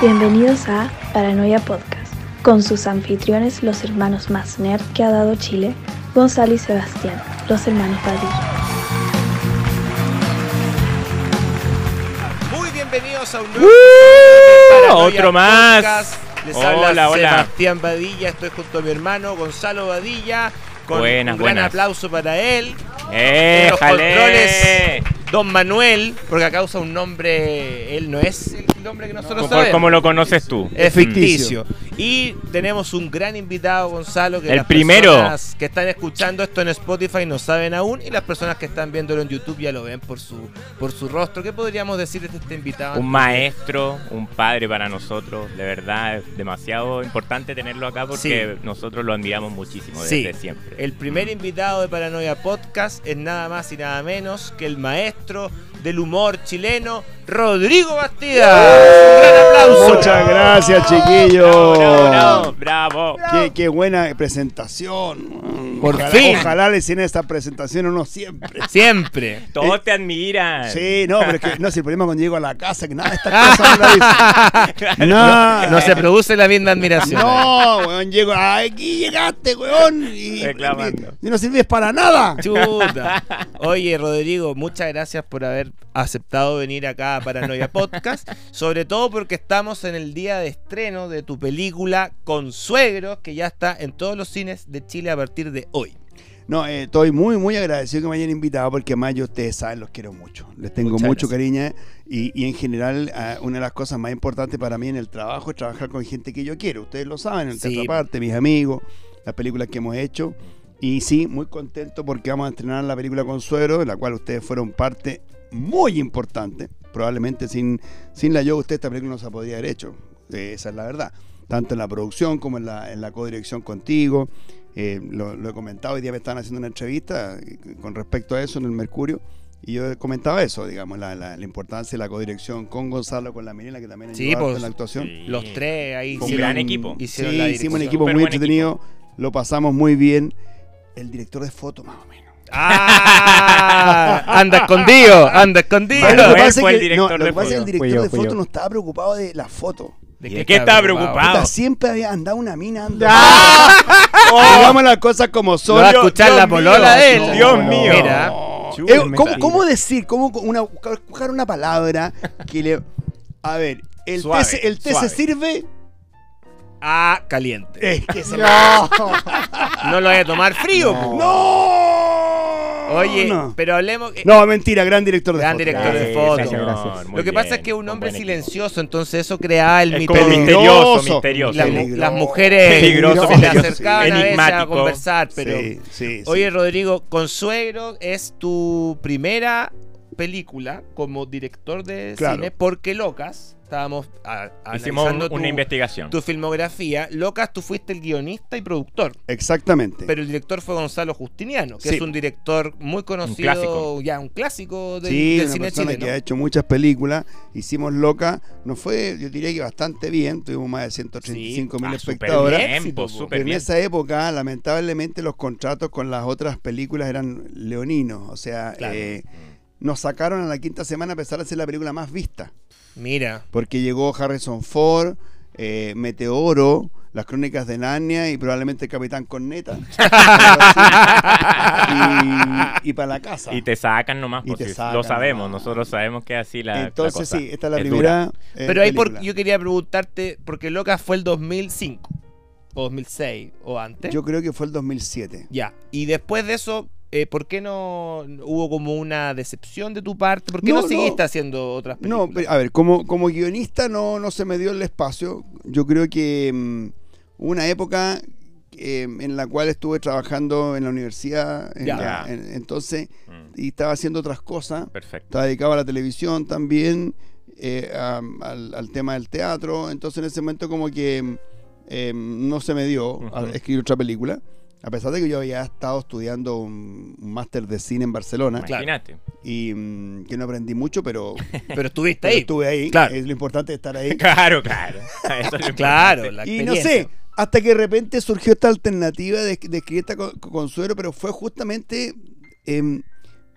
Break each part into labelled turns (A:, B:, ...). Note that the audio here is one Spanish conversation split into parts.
A: Bienvenidos a Paranoia Podcast, con sus anfitriones, los hermanos más nerd que ha dado Chile, Gonzalo y Sebastián, los hermanos Padilla.
B: Muy bienvenidos a un nuevo
C: ¡Uh!
B: Paranoia
C: Otro más.
B: Podcast. Les
C: Hola,
B: habla
C: hola.
B: Sebastián Badilla, estoy junto a mi hermano Gonzalo Badilla, con
C: Buenas,
B: un gran
C: buenas.
B: aplauso para él,
C: ¡Eh,
B: los
C: jale!
B: controles. Don Manuel, porque a causa de un nombre, él no es el nombre que nosotros
C: Por-
B: sabemos.
C: ¿Cómo lo conoces tú?
B: es
D: ficticio.
B: ficticio. Y tenemos un gran invitado, Gonzalo, que
C: El
B: las
C: primero.
B: personas que están escuchando esto en Spotify no saben aún, y las personas que están viéndolo en YouTube ya lo ven por su, por su rostro. ¿Qué podríamos decir de este invitado?
C: Un maestro, un padre para nosotros, de verdad, es demasiado importante tenerlo acá porque nosotros lo enviamos muchísimo
B: Sí.
C: desde siempre.
B: El primer invitado de Paranoia Podcast es nada más y nada menos que el maestro del humor chileno, Rodrigo Bastidas. ¡Un gran aplauso!
D: Eh, Muchas gracias, chiquillos.
C: ¡Bravo, bravo, bravo!
D: Qué, qué buena presentación.
B: Por
D: ojalá,
B: fin.
D: Ojalá le hicieran esta presentación a uno siempre.
B: Siempre.
C: Todos te admiran.
D: Sí, no, pero es que, no, si el problema es cuando llego a la casa, que nada, de estas cosas no la dicen. No, eh,
B: No se produce la misma admiración.
D: Ah. No, weón, llego, "Ah, aquí llegaste, weón. Y,
C: Reclamando.
D: y no sirves para nada.
B: Chuta. Oye, Rodrigo, muchas gracias por haber aceptado venir acá a Paranoia Podcast. Sobre todo porque estamos en el día de estreno de tu película Consuegros, que ya está en todos los cines de Chile a partir de hoy.
D: No, eh, estoy muy, muy agradecido que me hayan invitado porque más yo ustedes saben, los quiero mucho. Les tengo
B: Muchas
D: mucho
B: gracias.
D: cariño eh, y, y en general ah, una de las cosas más importantes para mí en el trabajo es trabajar con gente que yo quiero. Ustedes lo saben, en
B: Sí.
D: Teatro Parte, mis amigos, las películas que hemos hecho. Y sí, muy contento porque vamos a estrenar la película Consuero, de la cual ustedes fueron parte muy importante. Probablemente sin, sin la yo usted esta película no se podría haber hecho. Eh, esa es la verdad. Tanto en la producción como en la, en la codirección contigo. Eh, lo, lo he comentado, hoy día me estaban haciendo una entrevista eh, con respecto a eso en el Mercurio. Y yo comentaba eso, digamos, la, la- la importancia de la codirección con Gonzalo, con la Mirela, que también
B: Sí,
D: ayudó harto
B: pues,
D: en la actuación.
C: Sí.
B: Los tres ahí
C: Un
B: hicieron-
C: gran equipo.
B: hicieron
D: sí,
B: la
D: hicimos un
B: dirección.
D: equipo
C: Súper
D: muy
C: buen
D: entretenido, lo pasamos muy bien. El director de foto, más o menos.
B: ¡Ah! Anda escondido, anda escondido.
C: Manuel
D: Lo que pasa
C: fue
D: es
C: el
D: que-
C: director
D: no, lo
C: de
D: que pasa es que
C: foto.
D: el director
E: Fui yo,
D: de
E: fui
D: foto
E: yo.
D: no estaba preocupado de la foto.
C: ¿De qué estaba preocupado?
D: Puta,
C: Ah.
D: siempre había andado una mina andando. Digamos las cosas como son.
B: Oh. Lo va a
D: Yo-
B: escuchar la polola de él.
C: Dios mío.
B: Mira.
D: Eh, ¿cómo, cómo decir? ¿Cómo co- una, buscar una palabra que le. A ver, el
B: Suave,
D: té, se- el té
B: suave.
D: se sirve.
B: Ah, caliente.
D: Es que se
B: No lo voy a tomar frío. pu.
D: ¡No!
B: Oye,
D: No.
B: pero hablemos. eh,
D: No, mentira, gran director de
B: Gran
D: foto.
B: director de
C: Sí,
B: foto.
C: señor,
E: Gracias.
C: muy
B: Lo que
C: bien,
B: pasa es que un
C: con
B: hombre
C: buen equipo.
B: silencioso, entonces eso creaba el
C: Es
B: mito.
C: como misterioso,
D: Peligroso.
C: misterioso.
B: Las, mu-
D: Peligroso.
B: las mujeres
C: Peligroso,
B: se le
D: peligroso,
B: acercaban a veces a
C: enigmático.
B: conversar, pero.
D: Sí, sí, sí.
B: Oye, Rodrigo, Consuegro es tu primera película como director de
D: Claro.
B: cine porque Locas, estábamos a-
C: Hicimos
B: analizando
C: un- una
B: tu-
C: investigación.
B: tu filmografía, Locas, tú fuiste el guionista y productor.
D: Exactamente.
B: Pero el director fue Gonzalo Justiniano, que
D: Sí.
B: es un director muy conocido,
C: clásico.
B: ya un clásico del,
D: sí,
B: del
D: una
B: cine
D: persona
B: chileno.
D: que ha hecho muchas películas. Hicimos Loca. Nos fue, yo diría que bastante bien. Tuvimos más de 135 mil
C: Ah,
D: espectadores.
C: Súper bien,
B: Éxito,
C: po,
B: po.
C: súper
D: Pero en
C: bien.
D: esa época, lamentablemente, los contratos con las otras películas eran leoninos. O sea,
B: Claro.
D: eh, nos sacaron a la quinta semana a pesar de ser la película más vista.
B: Mira,
D: Porque llegó Harrison Ford, eh, Meteoro, Las Crónicas de Narnia y probablemente el Capitán Corneta. y, y para la casa.
C: Y te sacan nomás,
D: Y
C: po,
D: te
C: si
D: sacan
C: lo sabemos,
D: nomás.
C: nosotros sabemos que es así la la
D: Entonces,
C: cosa.
D: sí, esta es la
C: Es dura.
D: primera. eh,
B: pero ahí por,
D: película.
B: yo quería preguntarte, porque Locas fue el 2005, o 2006, o antes.
D: Yo creo que fue el 2007.
B: Ya, y después de eso, eh, ¿por qué no hubo como una decepción de tu parte? ¿Por qué no,
D: No, no.
B: seguiste haciendo otras películas?
D: No, pero, a ver, como, como guionista no, no se me dio el espacio. Yo creo que mm, hubo una época eh, en la cual estuve trabajando en la universidad, en
B: Ya.
D: la- en- entonces,
C: Mm,
D: y estaba haciendo otras cosas.
C: Perfecto.
D: Estaba dedicado a la televisión también, eh, a- al, al tema del teatro. Entonces en ese momento como que mm, eh, no se me dio a
C: Ujú.
D: escribir otra película. A pesar de que yo había estado estudiando un un máster de cine en Barcelona
B: Claro.
C: Imagínate.
D: y mm, que no aprendí mucho, pero
B: Pero estuviste
D: pero
B: ahí.
D: estuve ahí.
B: claro.
D: Es lo importante estar ahí.
C: Claro, claro. Eso es lo importante.
B: Claro, la
D: y no
B: experiencia.
D: sé, hasta que de repente surgió esta alternativa de, de escribir esta co- consuelo, pero fue justamente em,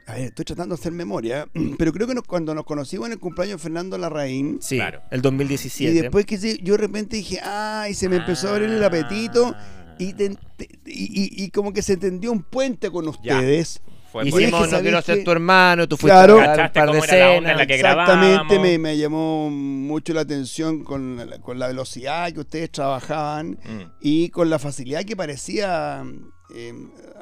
D: A ver, estoy tratando de hacer memoria, pero creo que nos- cuando nos conocimos en el cumpleaños de Fernando Larraín,
B: Sí,
C: Claro.
B: el
D: y
B: 2017.
D: después que se- yo de repente dije, ay, se me empezó a abrir el apetito,
C: Ah,
D: y, te- te- y- y- y como que se tendió un puente con
C: Ya.
D: ustedes.
C: Fue por eso.
D: Hicimos-
B: Hicimos Pues, No
D: ¿sabes
B: quiero
D: qué?
B: ser tu hermano, tú fuiste
D: Claro.
B: a grabar un
C: Cachaste
B: par de
C: cómo era la onda
B: escenas.
C: en la que
D: Exactamente,
C: grabábamos.
D: me, me llamó mucho la atención con la, con la velocidad que ustedes trabajaban
C: Mm.
D: y con la facilidad que parecía eh,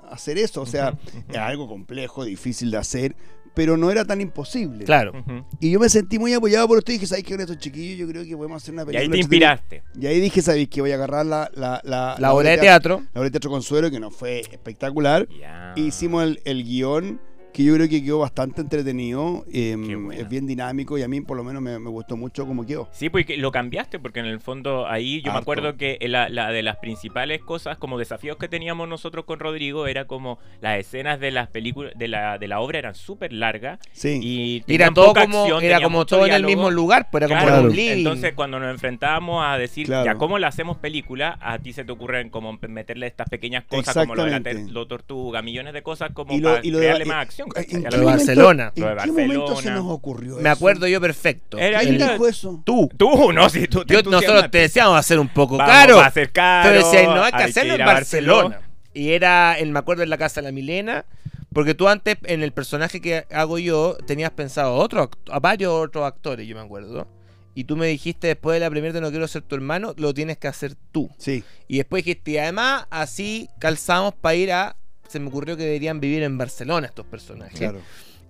D: hacer eso. O sea, era algo complejo, difícil de hacer, pero no era tan imposible.
B: Claro.
C: Ujú.
D: Y yo me sentí muy apoyado por ustedes y dije, ¿sabes qué? Con estos chiquillos yo creo que podemos hacer una
C: Y
D: película.
C: ahí te
D: entretenida".
C: inspiraste.
D: Y ahí dije, ¿sabes qué? Voy a agarrar la, la, la,
B: La obra de teatro.
D: La obra de teatro Consuelo, que nos fue espectacular.
C: Ya.
D: Hicimos el, el guión que yo creo que quedó bastante entretenido, eh,
C: Qué buena.
D: es bien dinámico y a mí por lo menos me, me gustó mucho como quedó.
C: Sí, porque lo cambiaste, porque en el fondo ahí yo me
D: Harto.
C: acuerdo que la, la de las principales cosas, como desafíos que teníamos nosotros con Rodrigo, era como las escenas de las películas, de la, de la obra eran súper largas
D: Sí,
C: y
B: Era
C: tenían
B: todo
C: poca
B: como, era
C: acción, tenían
B: como
C: mucho
B: todo en el
C: diálogo.
B: mismo lugar, pues era como
C: Claro.
B: en un living.
C: Entonces, cuando nos enfrentábamos a decir,
D: Claro.
C: ya, ¿cómo le hacemos película? A ti se te ocurren como meterle estas pequeñas cosas, como lo de la ter-
D: Exactamente.
C: lo tortuga, millones de cosas, como
D: Y lo-
C: para
D: y lo de- eh,
C: crearle
D: y-
C: más acción. ¿cachai?
D: ¿En
B: de
C: A la
D: qué
C: vez.
D: momento-
B: Barcelona.
D: ¿En
C: Lo de
D: qué momento se
C: Barcelona.
D: nos ocurrió
B: me
D: eso?
B: acuerdo yo perfecto.
C: Era
D: ¿Quién
B: El-
C: mira,
D: dijo eso?
B: tú.
C: Tú, no, si tú te
B: Yo- nosotros
C: entusiasmaste.
B: te decíamos va a ser un poco
C: Vamos,
B: caro.
C: va a ser caro,
B: Tú decías, no hay que hacerlo en
C: ir a
B: Barcelona. Y era, en, me acuerdo, en la casa de la Milena. Porque tú antes, en el personaje que hago yo, tenías pensado a otro act- a varios otros actores, yo me acuerdo. Y tú me dijiste después de la primera de No Quiero Ser Tu Hermano, lo tienes que hacer tú.
D: Sí,
B: Y después dijiste, y además, así calzamos para ir a... Se me ocurrió que deberían vivir en Barcelona estos personajes.
D: claro.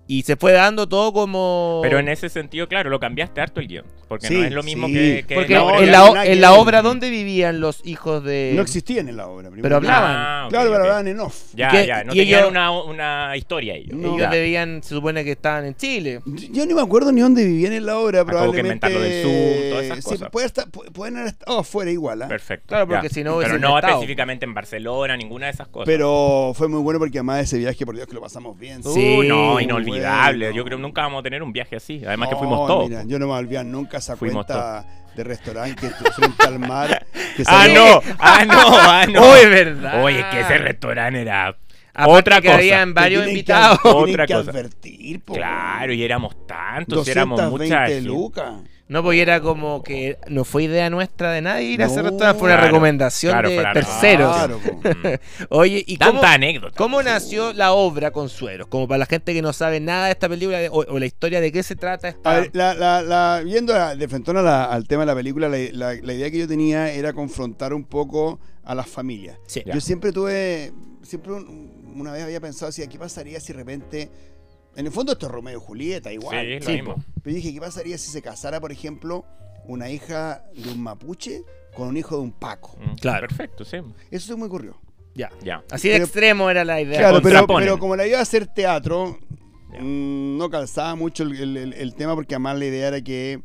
B: Y se fue dando todo como...
C: Pero en ese sentido, claro, lo cambiaste harto el guión. Porque
D: Sí,
C: no es lo mismo
D: sí.
C: que, que
B: Porque
D: la obra-
B: en, la, o-
D: nada que
B: en la
D: ver.
B: obra, ¿dónde vivían los hijos de...?
D: No existían en la obra. primero.
B: Pero hablaba.
C: Ah, ok,
D: Claro,
C: ok.
D: pero hablaban en off.
C: Ya,
B: que-
C: ya, no
B: y
C: tenían
B: ellos-
C: una, una historia ellos.
D: No.
B: Ellos
C: Ya.
B: debían, se supone que estaban en Chile.
D: Yo ni me acuerdo ni dónde vivían en la obra,
C: Acabo Ah, que
D: probablemente.
C: inventarlo del Zoom, todas esas
D: Sí,
C: cosas.
D: puede estar- pu- pueden haber estado afuera igual, ¿ah?
C: Perfecto.
B: Claro, porque
C: ya.
B: si no hubiese
C: Pero no
B: inventado.
C: específicamente en Barcelona, ninguna de esas cosas.
D: Pero fue muy bueno porque además ese viaje, por Dios, que lo pasamos bien.
B: Sí,
C: Uh, no,
B: Sí,
C: inolvidable.
D: eh, bueno.
C: Yo creo que nunca vamos a tener un viaje así. Además que
D: No,
C: fuimos todos.
D: mira, yo no me olvidé nunca esa
C: Fuimos
D: cuenta de restaurante que frente al mar. que
C: Ah,
D: salía-
C: no, ah, no, ah, no.
B: Oh, es verdad.
C: Oye, que ese restaurante era
B: Aparte
C: otra
B: que
C: cosa.
B: habían varios
D: Tienen que-
B: invitados.
D: tienen
C: Otra
D: que
C: cosa.
D: advertir, po.
C: Claro, y éramos tantos, éramos muchas.
D: 220 lucas.
B: No, pues era como que no fue idea nuestra de nadie ir a ese
D: No.
B: restaurante, fue una
C: Claro,
B: recomendación
C: claro,
B: de
C: fue la
B: terceros.
D: Claro, po.
B: Oye, ¿y cómo,
C: Tanta anécdota.
B: cómo nació la obra Consueros? Como para la gente que no sabe nada de esta película de- o, o la historia de qué se trata
D: A
B: esta.
D: ver, la, la, la- viendo a- de frente a la- al tema de la película, la, la- la idea que yo tenía era confrontar un poco a las familias.
B: Sí.
D: Yo siempre tuve, siempre un- una vez había pensado, así, ¿qué pasaría si de repente... En el fondo esto es Romeo y Julieta,
C: Sí,
D: igual.
C: lo
B: sí,
C: mismo.
D: Pero yo dije, ¿qué pasaría si se casara, por ejemplo, una hija de un mapuche con un hijo de un paco?
C: Mm,
B: Claro.
C: Perfecto, sí.
D: Eso se me ocurrió.
B: Ya.
C: Ya.
B: Así de
D: Pero-
B: extremo era la idea.
D: Eh, Claro, pero,
C: contraponen.
D: pero como la iba a hacer teatro,
C: Ya.
D: mm, no calzaba mucho el, el- el- el tema porque además la idea era que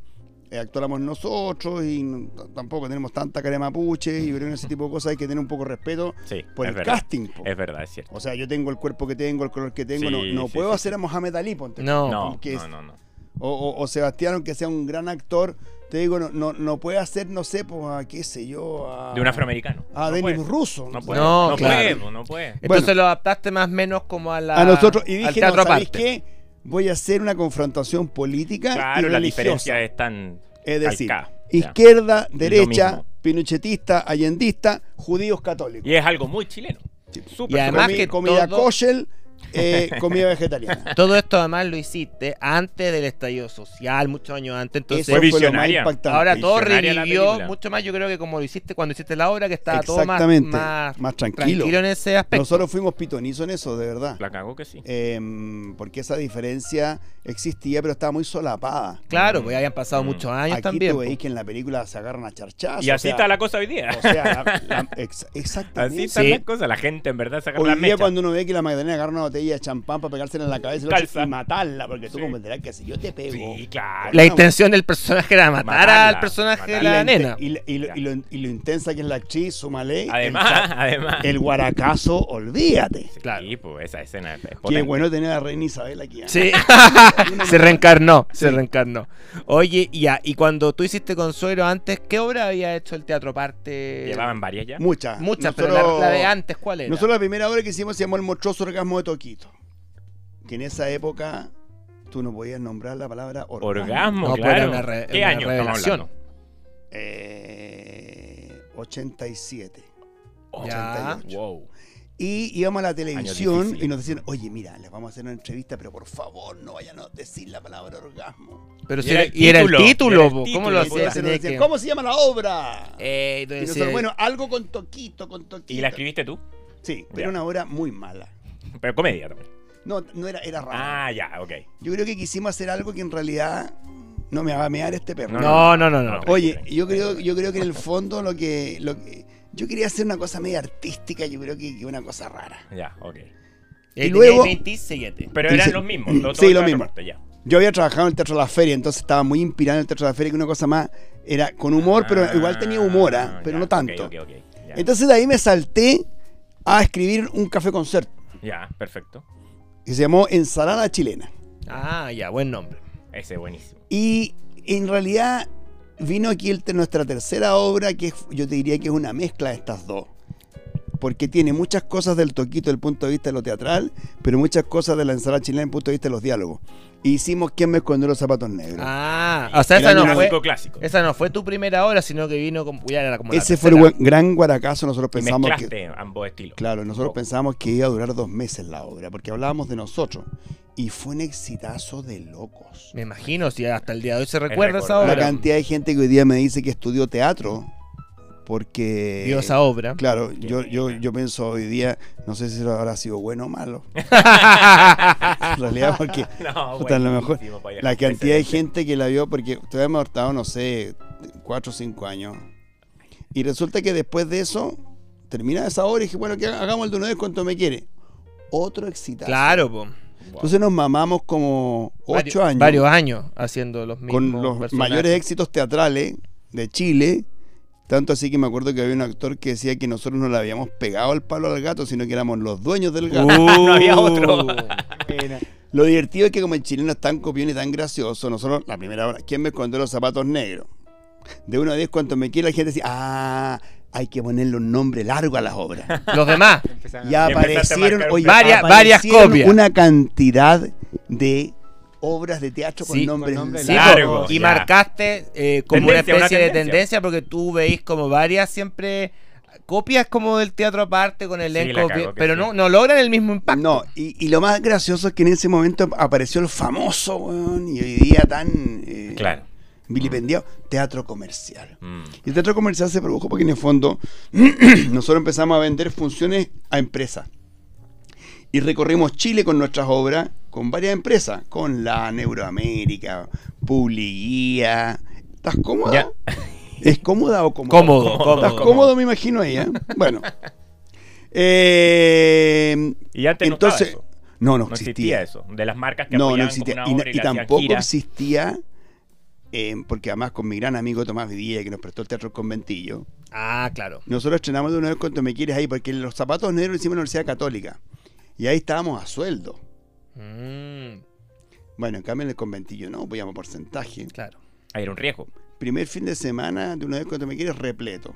D: eh, actuáramos nosotros y n- t- tampoco tenemos tanta cara de mapuche y ver ese tipo de cosas hay que tener un poco de respeto
C: Sí,
D: por
C: es
D: el
C: verdad.
D: casting. po.
C: Es verdad, es cierto.
D: O sea, yo tengo el cuerpo que tengo, el color que tengo, no,
C: Sí,
D: no
C: sí,
D: puedo
C: sí,
D: hacer a Mohamed Ali, ponte.
B: No.
C: No,
D: porque
C: no,
D: es-
C: no, no.
D: O, o- o Sebastián, aunque sea un gran actor, te digo, no, no, no puede hacer, no sé, pues a qué sé yo, a...
C: De un afroamericano.
D: A
C: no
D: Denis
C: puede.
D: Ah, Russo.
C: No
D: sé.
C: puede.
B: No,
C: No, puede,
B: claro.
C: po, no puede.
B: Entonces
D: Bueno.
B: lo adaptaste más o menos como a la.
D: a nosotros y
B: al
D: dije, no,
B: teatro
D: ¿sabéis
B: aparte.
D: qué? Voy a hacer una confrontación política
C: Claro,
D: y
C: la
D: religiosa.
C: diferencia es tan.
D: Es decir,
C: Al K, ya.
D: izquierda,
C: lo
D: derecha,
C: mismo.
D: pinochetista, allendista, judíos católicos.
C: Y es algo muy chileno. Súper,
B: Y además
C: súper
D: Comi-
B: que
D: comida
B: todo-
D: kosher, eh, comida vegetariana.
B: Todo esto además lo hiciste antes del estallido social, muchos años antes. Entonces,
D: Eso
C: Fue
D: fue lo más
C: visionaria.
D: impactante.
B: ahora todo
C: visionaria la
B: revivió
C: película.
B: mucho más. Yo creo que como lo hiciste cuando hiciste la obra, que estaba todo más,
D: Exactamente,
B: más,
D: más
B: tranquilo.
D: tranquilo.
B: en ese aspecto.
D: Nosotros fuimos pitonizos en eso, de verdad.
C: La cagó que sí.
D: Em, porque esa diferencia existía, pero estaba muy solapada.
B: Claro, porque habían pasado
C: Mm.
B: muchos años
D: Aquí
B: también.
D: tú
B: po.
D: veis que en la película se agarran a charchazos.
C: Y
D: o
C: así
D: sea,
C: está la cosa hoy día.
D: O sea, la- la- ex- exactamente.
C: Así está
B: Sí.
C: la cosa. La gente en verdad saca
D: Hoy
C: la
D: día
C: mecha.
D: cuando uno ve que la Magdalena agarra una botella de champán para pegársela en la cabeza el otro
C: Calza.
D: y matarla, porque tú
C: Sí.
D: comprenderás que si yo te pego...
C: Sí, claro.
B: La intención del personaje era matar
C: Matarla,
B: al personaje de
C: matarla.
D: y
B: la,
D: inte-
B: nena.
D: Y, la- y lo, y lo- y lo intensa que es la actriz, súmale.
C: Además, además.
D: El, el guaracazo, olvídate.
C: Sí,
B: Claro.
C: pues esa escena es
D: Qué
C: potente.
D: bueno tener a la reina Isabel aquí. ¿ah?
B: Sí, se reencarnó, se reencarnó. Oye, y ya, y cuando tú hiciste Consuelo antes, ¿qué obra había hecho el teatro aparte?
C: Llevaban varias ya.
D: Muchas.
B: Muchas,
D: Nosotros-
B: pero la, la de antes, ¿cuál era?
D: Nosotros la primera obra que hicimos se llamó El monstruoso orgasmo de Toquito. que en esa época tú no podías nombrar la palabra orgasmo.
C: Orgasmo,
B: No, pero
C: claro.
B: una re-
C: ¿Qué
B: una
C: año estamos
B: revelación.
C: hablando?
D: Eh, 87.
C: Oh,
B: Ya.
D: 88.
C: Wow.
D: Y íbamos a la televisión
C: difíciles.
D: y nos decían, oye, mira, les vamos a hacer una entrevista, pero por favor no vayan a decir la palabra orgasmo.
B: Pero
C: Y
B: si
C: era
B: era,
C: el
B: y era el
C: título,
B: título,
C: y era el
B: po, ¿cómo lo
C: título,
D: Y
B: hacía?
D: entonces nos
B: Tenía
D: decían,
B: que-
D: ¿cómo se llama la obra?
B: Eh,
D: Y
B: entonces,
D: nosotros, bueno, algo con toquito, con toquito.
C: ¿Y la escribiste tú?
D: Sí, pero
C: Ya.
D: una obra muy mala.
C: Pero comedia también.
D: No, no era, era rara.
C: Ah, ya, ok.
D: Yo creo que quisimos hacer algo que en realidad no me va a mear este perro.
C: No,
B: No, no, no, no.
C: No,
D: Oye,
C: Tranqui,
D: yo creo, yo creo que en el fondo lo que, lo que- Yo quería hacer una cosa media artística, yo creo que, que una cosa rara.
C: Ya, ok.
B: Y ahí
D: luego-
B: tenía 27.
C: Pero
D: Y
C: eran
D: se-
C: los mismos.
D: Sí,
C: todos
D: lo
C: eran
D: mismo.
C: cortos, pues, ya.
D: Yo había trabajado en el Teatro de la Feria, entonces estaba muy inspirado en el Teatro de la Feria, que una cosa más era con humor, pero igual tenía humor, ¿ah?
C: Ah,
D: pero
C: ya,
D: no
C: ok,
D: tanto.
C: ok, ok, ya.
D: Entonces de ahí me salté a escribir un café concert
C: ya, perfecto.
D: que se llamó Ensalada Chilena.
B: Ah, ya, buen nombre.
C: Ese es buenísimo.
D: Y en realidad vino aquí el- nuestra tercera obra, que es- yo te diría que es una mezcla de estas dos. Porque tiene muchas cosas del toquito desde el punto de vista de lo teatral, pero muchas cosas de la ensalada chilena desde el punto de vista de los diálogos. E hicimos ¿Quién me escondió los zapatos negros?
B: Ah, o sea, esa
D: Era
B: no,
D: un
B: fue,
C: clásico clásico.
B: esa no fue tu primera hora, sino que vino como, ya era como la
D: Ese fue el
B: tercera.
D: buen- gran guaracazo. Nosotros
C: Y
D: pensamos
C: mezclaste
D: que.
C: ambos estilos.
D: Claro, nosotros
C: Oh,
D: pensamos que iba a durar dos meses la obra, porque hablábamos de nosotros. Y fue un exitazo de locos.
B: Me imagino, si hasta el día de hoy se recuerda esa
C: recordado.
B: obra.
D: La cantidad de gente que hoy día me dice que estudió teatro, porque.
B: Vio esa obra.
D: Claro, yo, yo, yo pienso hoy día, no sé si eso habrá sido bueno o malo. En realidad, porque
C: No,
D: puta, a lo mejor
C: buenísimo, pa' allá.
D: la cantidad de
C: Excelente.
D: gente que la vio, porque todavía me ha hartado, no sé, cuatro o cinco años. Y resulta que después de eso, termina esa obra y dije, bueno, que hagamos el de una vez cuanto me quiere. Otro excitado.
B: claro, po.
C: Wow.
D: Entonces nos mamamos como ocho
B: Vario-
D: años
B: Varios años haciendo los mismos
D: con los
B: personajes.
D: mayores éxitos teatrales de Chile. Tanto así que me acuerdo que había un actor que decía que nosotros no le habíamos pegado el palo al gato, sino que éramos los dueños
B: Uh.
D: del gato.
B: no
C: había otro.
D: Lo divertido es que como el chileno es tan copión y tan gracioso, nosotros, la primera hora, ¿quién me escondió los zapatos negros? De uno a diez, cuanto me quiera, la gente decía, ah, hay que ponerle un nombre largo a las obras.
B: los demás.
D: Ya
C: Y empezaste a
D: aparecieron,
C: marcar
D: oye,
B: Varias- varias
D: aparecieron
B: copias.
D: una cantidad de obras de teatro con
B: Sí,
D: nombres
E: con nombres
B: Sí,
E: largos.
C: Largo,
B: po, y
C: ya.
B: marcaste eh, como una
C: Tendencia, una
B: especie de
C: tendencia.
B: tendencia porque tú veis como varias siempre copias como del teatro aparte con
C: la
B: elenco,
C: cagó que
B: pero
C: sí.
B: no, no logran el mismo impacto.
D: No, y, y lo más gracioso es que en ese momento apareció el famoso, weón, y hoy día tan eh,
C: Claro.
D: vilipendiado, teatro comercial.
C: Mm.
D: Y el teatro comercial se produjo porque en el fondo nosotros empezamos a vender funciones a empresas. Y recorrimos Chile con nuestras obras, con varias empresas, con la Neuroamérica, Publiguía. ¿Estás cómoda?
C: Ya.
D: ¿Es cómoda o cómoda?
B: Cómodo,
C: Cómodo,
B: cómodo.
D: ¿Estás cómodo? Me imagino ella. Bueno. Eh,
C: Y antes
D: entonces,
C: no estaba eso.
D: no, no
C: No existía
D: existía.
C: eso. De las marcas que
D: No, no
C: apoyaban
D: existía.
C: como
D: Y,
C: una
D: na-
C: obra y,
D: y
C: le hacían
D: tampoco
C: gira.
D: existía, eh, porque además con mi gran amigo Tomás Vidilla, que nos prestó el Teatro Conventillo,
B: Ah, claro.
D: nosotros estrenamos de una vez cuanto me quieres ahí, porque los zapatos negros lo hicimos en la Universidad Católica. Y ahí estábamos a sueldo.
B: Mm,
D: Bueno, en cambio en el Conventillo no, podíamos porcentaje.
B: claro.
C: Ah, era un riesgo.
D: Primer fin de semana de una vez cuanto me quieres repleto.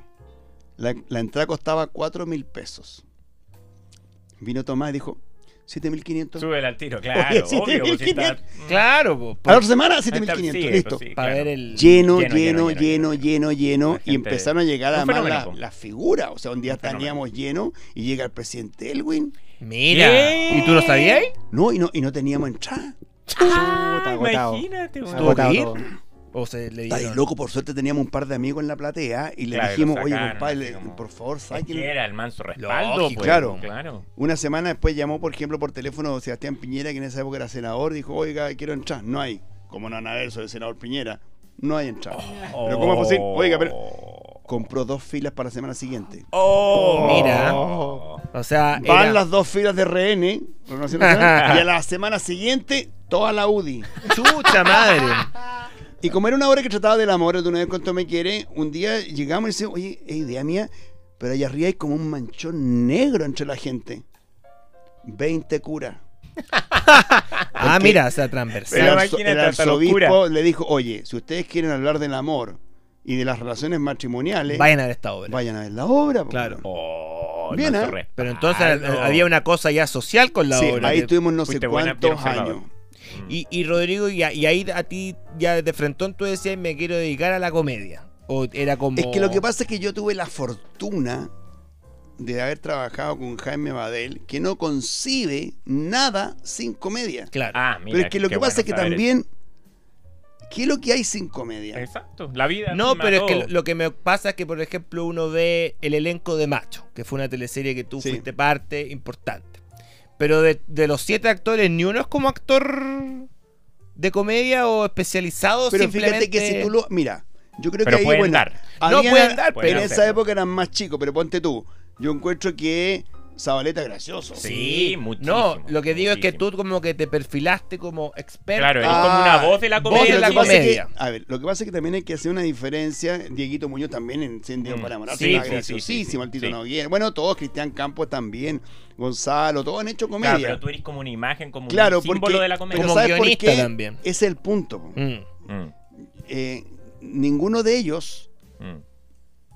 D: La, la entrada costaba 4 mil pesos. Vino Tomás y dijo, 7.500.
C: Sube al tiro, claro.
D: Oye, sí,
C: obvio, pues, si está-
D: 1500.
C: Mm.
B: Claro, po,
D: A la
B: por-
D: otra semana,
C: Está-
D: 7.500.
C: sí,
D: Listo.
C: pues sí,
B: para
C: claro.
B: ver el
D: lleno,
C: Lleno,
D: lleno,
C: lleno,
D: lleno, lleno, lleno.
C: La
D: Y
C: gente-
D: empezaron a llegar
C: un
D: además
C: fenómeno,
D: la-
C: po.
D: las figuras. O sea, un día
C: Un fenómeno.
D: teníamos lleno y llega el presidente Elwin.
B: Mira,
C: ¿Qué?
B: ¿y tú lo sabías?
D: No, y no, y no teníamos entrada.
E: Chuta, agotado.
C: Ah, Imagínate,
E: Se
C: weón.
E: ha agotado
B: ¿Tuvo
E: todo.
B: que ¿O se le
D: Está ahí
B: dieron?
D: loco, por suerte teníamos un par de amigos en la platea y le
C: Claro,
D: dijimos,
C: lo
D: oye,
C: sacaron,
D: compadre,
C: así como-
D: por favor,
C: Es que
D: sáquenlo.
C: era el manso respaldo,
B: Lógico,
C: pues,
D: claro.
C: claro.
D: Una semana después llamó, por ejemplo, por teléfono Sebastián Piñera, que en esa época era senador, dijo, oiga, quiero entrar. No hay. Como no han haber, soy el senador Piñera. No hay entrada.
C: Oh.
D: Pero ¿cómo es posible? Oiga, pero... Compró dos filas para la semana siguiente.
C: Oh,
B: Mira. O
C: Ah,
B: sea,
D: Van
B: era-
D: las dos filas de RN, Renovación Nacional, y a la semana siguiente, toda la UDI.
B: chucha madre.
D: Y como era una obra que trataba del amor, de una vez cuánto me quiere, un día llegamos y decimos, oye, es idea mía, pero allá arriba hay como un manchón negro entre la gente. 20 curas.
B: Ah, mira, o sea, transversal.
D: El,
C: Pero
D: arzo-
C: imagínate
D: el
C: hasta los
D: arzobispo
C: curas.
D: le dijo, oye, si ustedes quieren hablar del amor y de las relaciones matrimoniales,
B: Vayan a ver esta obra.
D: vayan a ver la obra. po".
B: Claro.
C: Oh, el
D: Bien,
C: manso
D: ¿eh?
C: respaldo.
B: Pero entonces eh, había una cosa ya social con la
D: Sí,
B: obra.
D: ahí
B: que-
D: estuvimos no sé
C: fuiste buena, bien
D: cuántos
C: observador.
D: años.
B: y, y Rodrigo, y, a- y ahí a ti ya de frentón tú decías, me quiero dedicar a la comedia. O era como...
D: Es que lo que pasa es que yo tuve la fortuna de haber trabajado con Jaime Badel, que no concibe nada sin comedia.
B: Claro.
C: Ah, mira,
D: pero es que lo
C: qué
D: que pasa
C: bueno
D: es que
C: saber
D: también. ¿Qué es lo que hay sin comedia?
C: eso. Exacto, la vida.
B: No,
C: misma,
B: pero es que
C: todo.
B: lo- lo que me pasa es que, por ejemplo, uno ve el elenco de Macho, que fue una teleserie que tú
D: Sí.
B: fuiste parte importante. Pero de, de los siete actores, ni uno es como actor de comedia o especializado.
D: Pero
B: simplemente...
D: fíjate que si tú lo. Mira, yo creo
C: Pero
D: que ahí.
C: pueden
D: bueno,
C: dar.
B: No
D: habían-
B: pueden dar,
D: pero.
C: pueden
D: En esa
C: hacerlo.
D: época eran más chicos, pero ponte tú. Yo encuentro que Zabaleta es gracioso.
C: Sí,
B: No,
C: muchísimo,
B: lo que digo es que
C: muchísimo.
B: tú como que te perfilaste como experto.
C: Claro, eh. eres
D: Ah,
C: como una voz de la
B: voz
D: Oye,
C: comedia.
B: de
D: lo
B: la
D: que pasa es que-
B: comedia.
D: a ver, lo que pasa es que también hay que hacer una diferencia. Dieguito Muñoz también en Cien Días
C: Mm.
D: para Morar.
C: Sí,
D: era
C: sí,
D: graciosísimo,
C: sí, sí, sí.
D: el Tito
C: Sí.
D: Noguera. Bueno, todos, Cristian Campos también, Gonzalo, todos han hecho
C: Claro,
D: comedia.
C: pero tú eres como una imagen, como
D: Claro,
C: un símbolo
D: porque-
C: de la comedia.
D: pero
B: Como
D: ¿sabes por
B: guionista
D: qué?
B: también.
D: Ese es el punto. po.
B: Mm.
C: Mm,
D: Eh, ninguno de ellos
C: mm.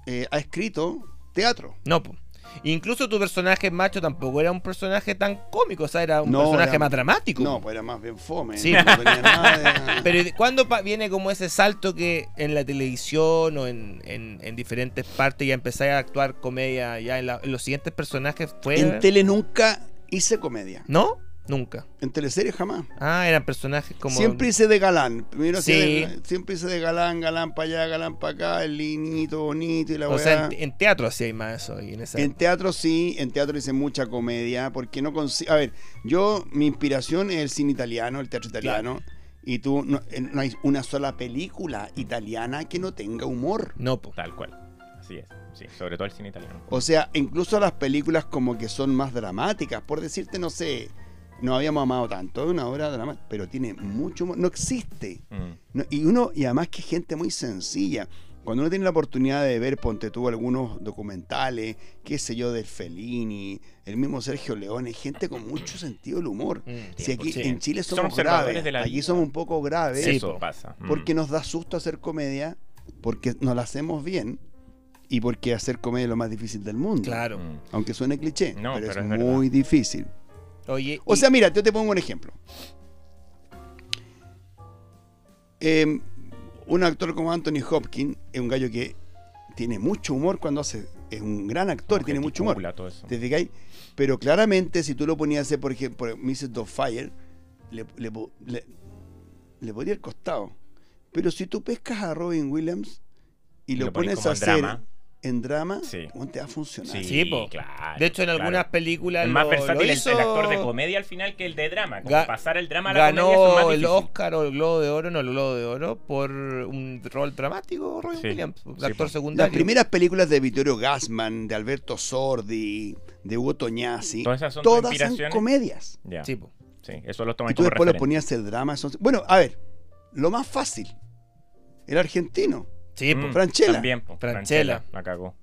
D: eh, ha escrito teatro.
B: No, po. Incluso tu personaje macho tampoco era un personaje tan cómico, o sea, era un
D: No,
B: personaje
D: era-
B: más dramático.
D: No, pues era más bien fome.
B: Sí.
D: no tenía nada de-
B: Pero ¿y ¿cuándo pa- viene como ese salto que en la televisión o en, en- en diferentes partes ya empezáis a actuar comedia ya en, la- en los siguientes personajes? ¿Fue?
D: En tele nunca hice comedia.
B: ¿No? Nunca.
D: En teleseries jamás.
B: Ah, eran personajes como...
D: Siempre hice de galán. Primero hacía
B: Sí.
D: de- siempre hice de galán, galán para allá, galán para acá, el linito, bonito y la
B: O
D: weá.
B: sea, en, en teatro hacía más eso. Y en esa...
D: En teatro sí, en teatro hice mucha comedia, porque no consigo... A ver, yo, mi inspiración es el cine italiano, el teatro italiano, y tú, no, eh, no hay una sola película italiana que no tenga humor.
B: No, po.
C: Tal cual. Así es. Sí, sobre todo el cine italiano.
D: O sea, incluso las películas como que son más dramáticas, por decirte, no sé, no habíamos amado tanto, una obra dramática, pero tiene mucho humor, no existe.
C: Mm.
D: No, y uno, y además que es gente muy sencilla. Cuando uno tiene la oportunidad de ver, ponte tú, algunos documentales, qué sé yo, del Fellini, el mismo Sergio León, es gente con mucho sentido del humor.
B: Mm.
D: Si aquí
C: sí.
D: en Chile
C: Son
D: somos
C: observadores
D: graves,
C: de la
D: aquí
C: vida.
D: somos un poco graves,
B: Sí,
C: Eso
B: po.
C: pasa. Mm.
D: porque nos da susto hacer comedia, porque nos la hacemos bien y porque hacer comedia es lo más difícil del mundo.
B: Claro.
C: Mm.
D: Aunque suene cliché,
C: No,
D: pero,
C: pero
D: es,
C: es verdad.
D: muy difícil.
B: Oye,
D: O
B: y-
D: sea, mira, yo te pongo un ejemplo. Eh, un actor como Anthony Hopkins es un gallo que tiene mucho humor cuando hace. Es un gran actor,
C: Como
D: tiene
C: que
D: mucho humor.
C: articula todo eso.
D: ¿Te fijáis? Pero claramente, si tú lo ponías a hacer, por ejemplo, Mrs. Doubtfire, le, le, po- le, le podría el costado. Pero si tú pescas a Robin Williams y,
C: Y
D: lo,
C: lo ponís
D: pones
C: como en
D: a hacer
C: drama.
D: en drama,
C: Sí.
D: ¿cómo te va a funcionar?
C: Sí,
B: Sí, po.
C: claro.
B: de hecho en
C: claro.
B: algunas películas
C: Es más
B: lo- lo
C: versátil el- el,
B: hizo-
C: actor de comedia al final que el de drama. Como
B: Ga-
C: pasar el drama a la comedia eso es
B: ganó
C: más
B: el
C: difícil.
B: Oscar o el Globo de Oro, no el Globo de Oro, por un rol dramático, Robin
C: Sí.
B: Williams, un
C: Sí,
B: actor
C: po.
D: Las
B: secundario.
D: primeras películas de Vittorio Gassman, de Alberto Sordi, de Hugo Toñasi,
C: Todas esas son tus
D: todas son
C: inspiraciones.
D: comedias.
C: Ya.
B: Sí,
C: Sí.
B: po.
C: eso lo toman
D: Y tú
C: como
D: después le
C: referente.
D: ponías el drama. son- Bueno, a ver, lo más fácil, el argentino.
B: Sí, po.
C: Mm,
D: Franchella.
C: También, po,
B: Franchella.
C: Franchella. La cagó.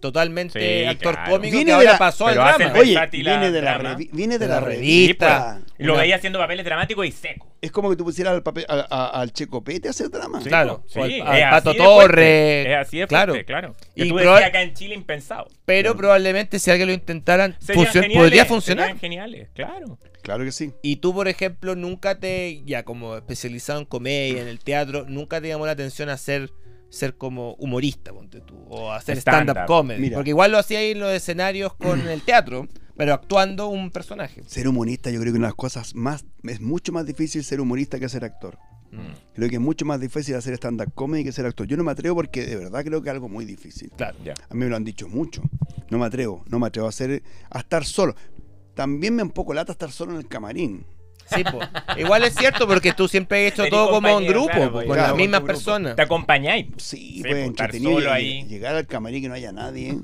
B: totalmente
C: Sí,
B: actor
C: claro.
B: cómico
D: Viene
B: que
D: de
B: ahora
D: la-
B: pasó al
C: pero hace
B: drama.
C: ver-
D: Oye,
C: versátil
D: viene
C: al
D: de, la
C: drama.
D: revi- viene de
B: De
D: la
B: la
D: revista.
B: revista.
C: Y Lo
B: Una-
C: veía haciendo papeles dramáticos y seco.
D: Es como que tú pusieras al, papel, a- a- al Checopete a hacer drama.
C: Sí,
B: Claro,
C: po.
B: o al-
C: Sí,
B: al
C: es así
B: Pato
C: de fuerte.
B: Torres.
C: Es así de
B: Claro.
C: fuerte, claro. Que
B: Y
C: tú
B: proba-
C: decías acá en Chile impensado.
B: Pero probablemente si alguien lo intentara,
C: Serían
B: funcion-
C: geniales,
B: podría funcionar.
C: serían geniales, claro.
D: Claro que sí.
B: Y tú, por ejemplo, nunca te, ya como especializado en comedia, en el teatro, nunca te llamó la atención hacer ser como humorista, ponte tú, o hacer
C: Stand-up.
B: stand-up comedy.
D: Mira.
B: Porque igual lo hacía ahí en los escenarios con el teatro, pero actuando un personaje.
D: Ser humorista, yo creo que una de las cosas más. Es mucho más difícil ser humorista que ser actor.
C: Mm.
D: Creo que es mucho más difícil hacer stand-up comedy que ser actor. Yo no me atrevo porque de verdad creo que es algo muy difícil.
B: Claro.
C: Ya.
D: A mí me lo han dicho mucho. No me atrevo, no me atrevo a hacer, a estar solo. También me un poco lata estar solo en el camarín.
B: Sí, po. Igual es cierto porque tú siempre has hecho
C: Tenés
B: todo como en
C: compañía,
B: grupo,
C: claro,
B: po,
C: pues,
B: con
D: claro,
B: las
D: con tu
B: mismas
D: grupo.
B: personas.
C: Te acompañáis. po.
D: Sí,
C: Sí,
D: pues
C: pues, estar
D: entretenido
C: solo
D: lle-
C: ahí.
D: llegar al camarín que no haya nadie.
B: Sí.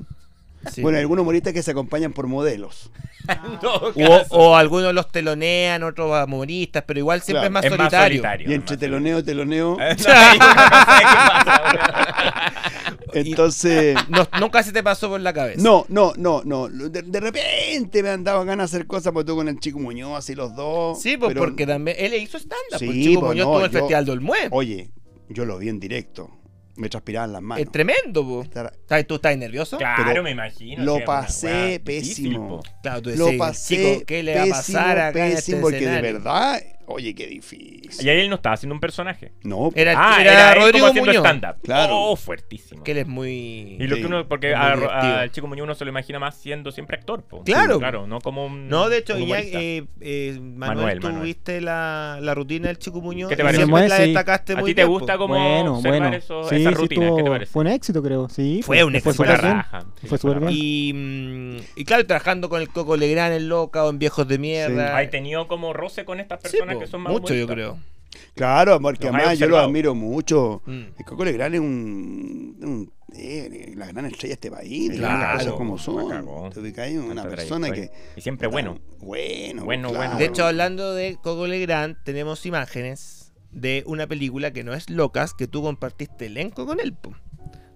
B: pues.
D: Bueno, hay algunos humoristas que se acompañan por modelos.
C: En todo
B: o,
C: caso.
B: o algunos los telonean, otros humoristas, pero igual siempre
D: Claro,
B: es más solitario.
D: Y entre teloneo, teloneo.
C: No, ahí uno no sabe qué pasa, bro.
D: Entonces.
B: No- nunca se te pasó por la cabeza.
D: No, no, no, no. De, de repente me han dado ganas de hacer cosas porque tú con el chico Muñoz, así los dos.
B: Sí, pues
D: pero-
B: porque también él hizo estándar.
D: Sí,
B: pues, Chico
D: pues,
B: Muñoz
D: no,
B: tuvo el
D: yo-
B: Festival del Mue.
D: Oye, yo lo vi en directo. me transpiraban las manos.
B: Es tremendo, po.
D: Estar-
B: ¿Estás- ¿Tú estás nervioso?
C: Claro,
D: Pero
C: me imagino. o
D: lo
C: sea, una
D: pasé
C: weá difícil,
D: pésimo.
C: po.
B: Claro, tú
D: Lo
B: decís,
D: pasé
B: chico, ¿qué le va a
D: pésimo,
B: pasar acá en este
D: pésimo, porque de
B: escenario?
D: verdad, oye, qué
C: Y
D: difícil.
C: ahí él no estaba haciendo un personaje.
D: No,
B: Era,
C: ah,
B: era
C: era, él
B: Rodrigo
C: como haciendo
B: Muñoz.
C: stand-up.
D: Claro.
C: Oh, fuertísimo.
B: Que él es muy...
C: Y lo
D: Sí,
C: que uno, porque
B: es muy
C: a-
B: divertido.
C: a- al chico Muñoz uno se lo imagina más siendo siempre actor, po.
B: Claro.
C: Sí, claro, no como un.
B: No, de hecho,
C: un
B: ya,
C: humorista.
B: eh, eh, Manuel,
C: Manuel,
B: tú
C: Manuel.
B: viste la, la rutina del Chico Muñoz.
C: ¿Qué te
B: y
C: pareció?
B: siempre la
E: Sí.
B: destacaste
C: ¿A
B: muy
C: ti te
B: bien, pues.
C: gusta
B: po.
C: como
E: bueno,
C: observar
E: bueno.
C: esos-
E: sí,
C: esas
E: sí,
C: rutinas?
E: estuvo-
C: ¿Qué te parece?
E: Fue un éxito, creo. Sí,
B: Fue un
E: le
B: éxito,
E: súper
B: la
E: bien.
C: raja. Sí,
E: Fue
C: fue
E: súper
C: la
E: bien.
B: Y, mm, y claro, trabajando con el Coco Legrand en Loca o en Viejos de Mierda.
C: ¿Has tenido como roce con estas
B: Sí,
C: personas
B: po,
C: que son más
B: mucho, yo
C: humoristas?
B: creo.
D: Claro, porque
C: Los
D: además
C: hay
D: yo lo
C: observado.
D: admiro mucho.
B: Mm.
D: El Coco Legrand es un, un- eh, la gran estrella de este país, digamos
C: Claro,
D: las cosas como son.
C: la cagó.
D: Te ubicas en una
C: Tanta
D: persona que...
C: trayectoria. Y siempre bueno.
D: Ah, Bueno,
C: Bueno, bueno.
B: De hecho, hablando de Coco Legrand, tenemos imágenes de una película que no es Locas, que tú compartiste elenco con él. po.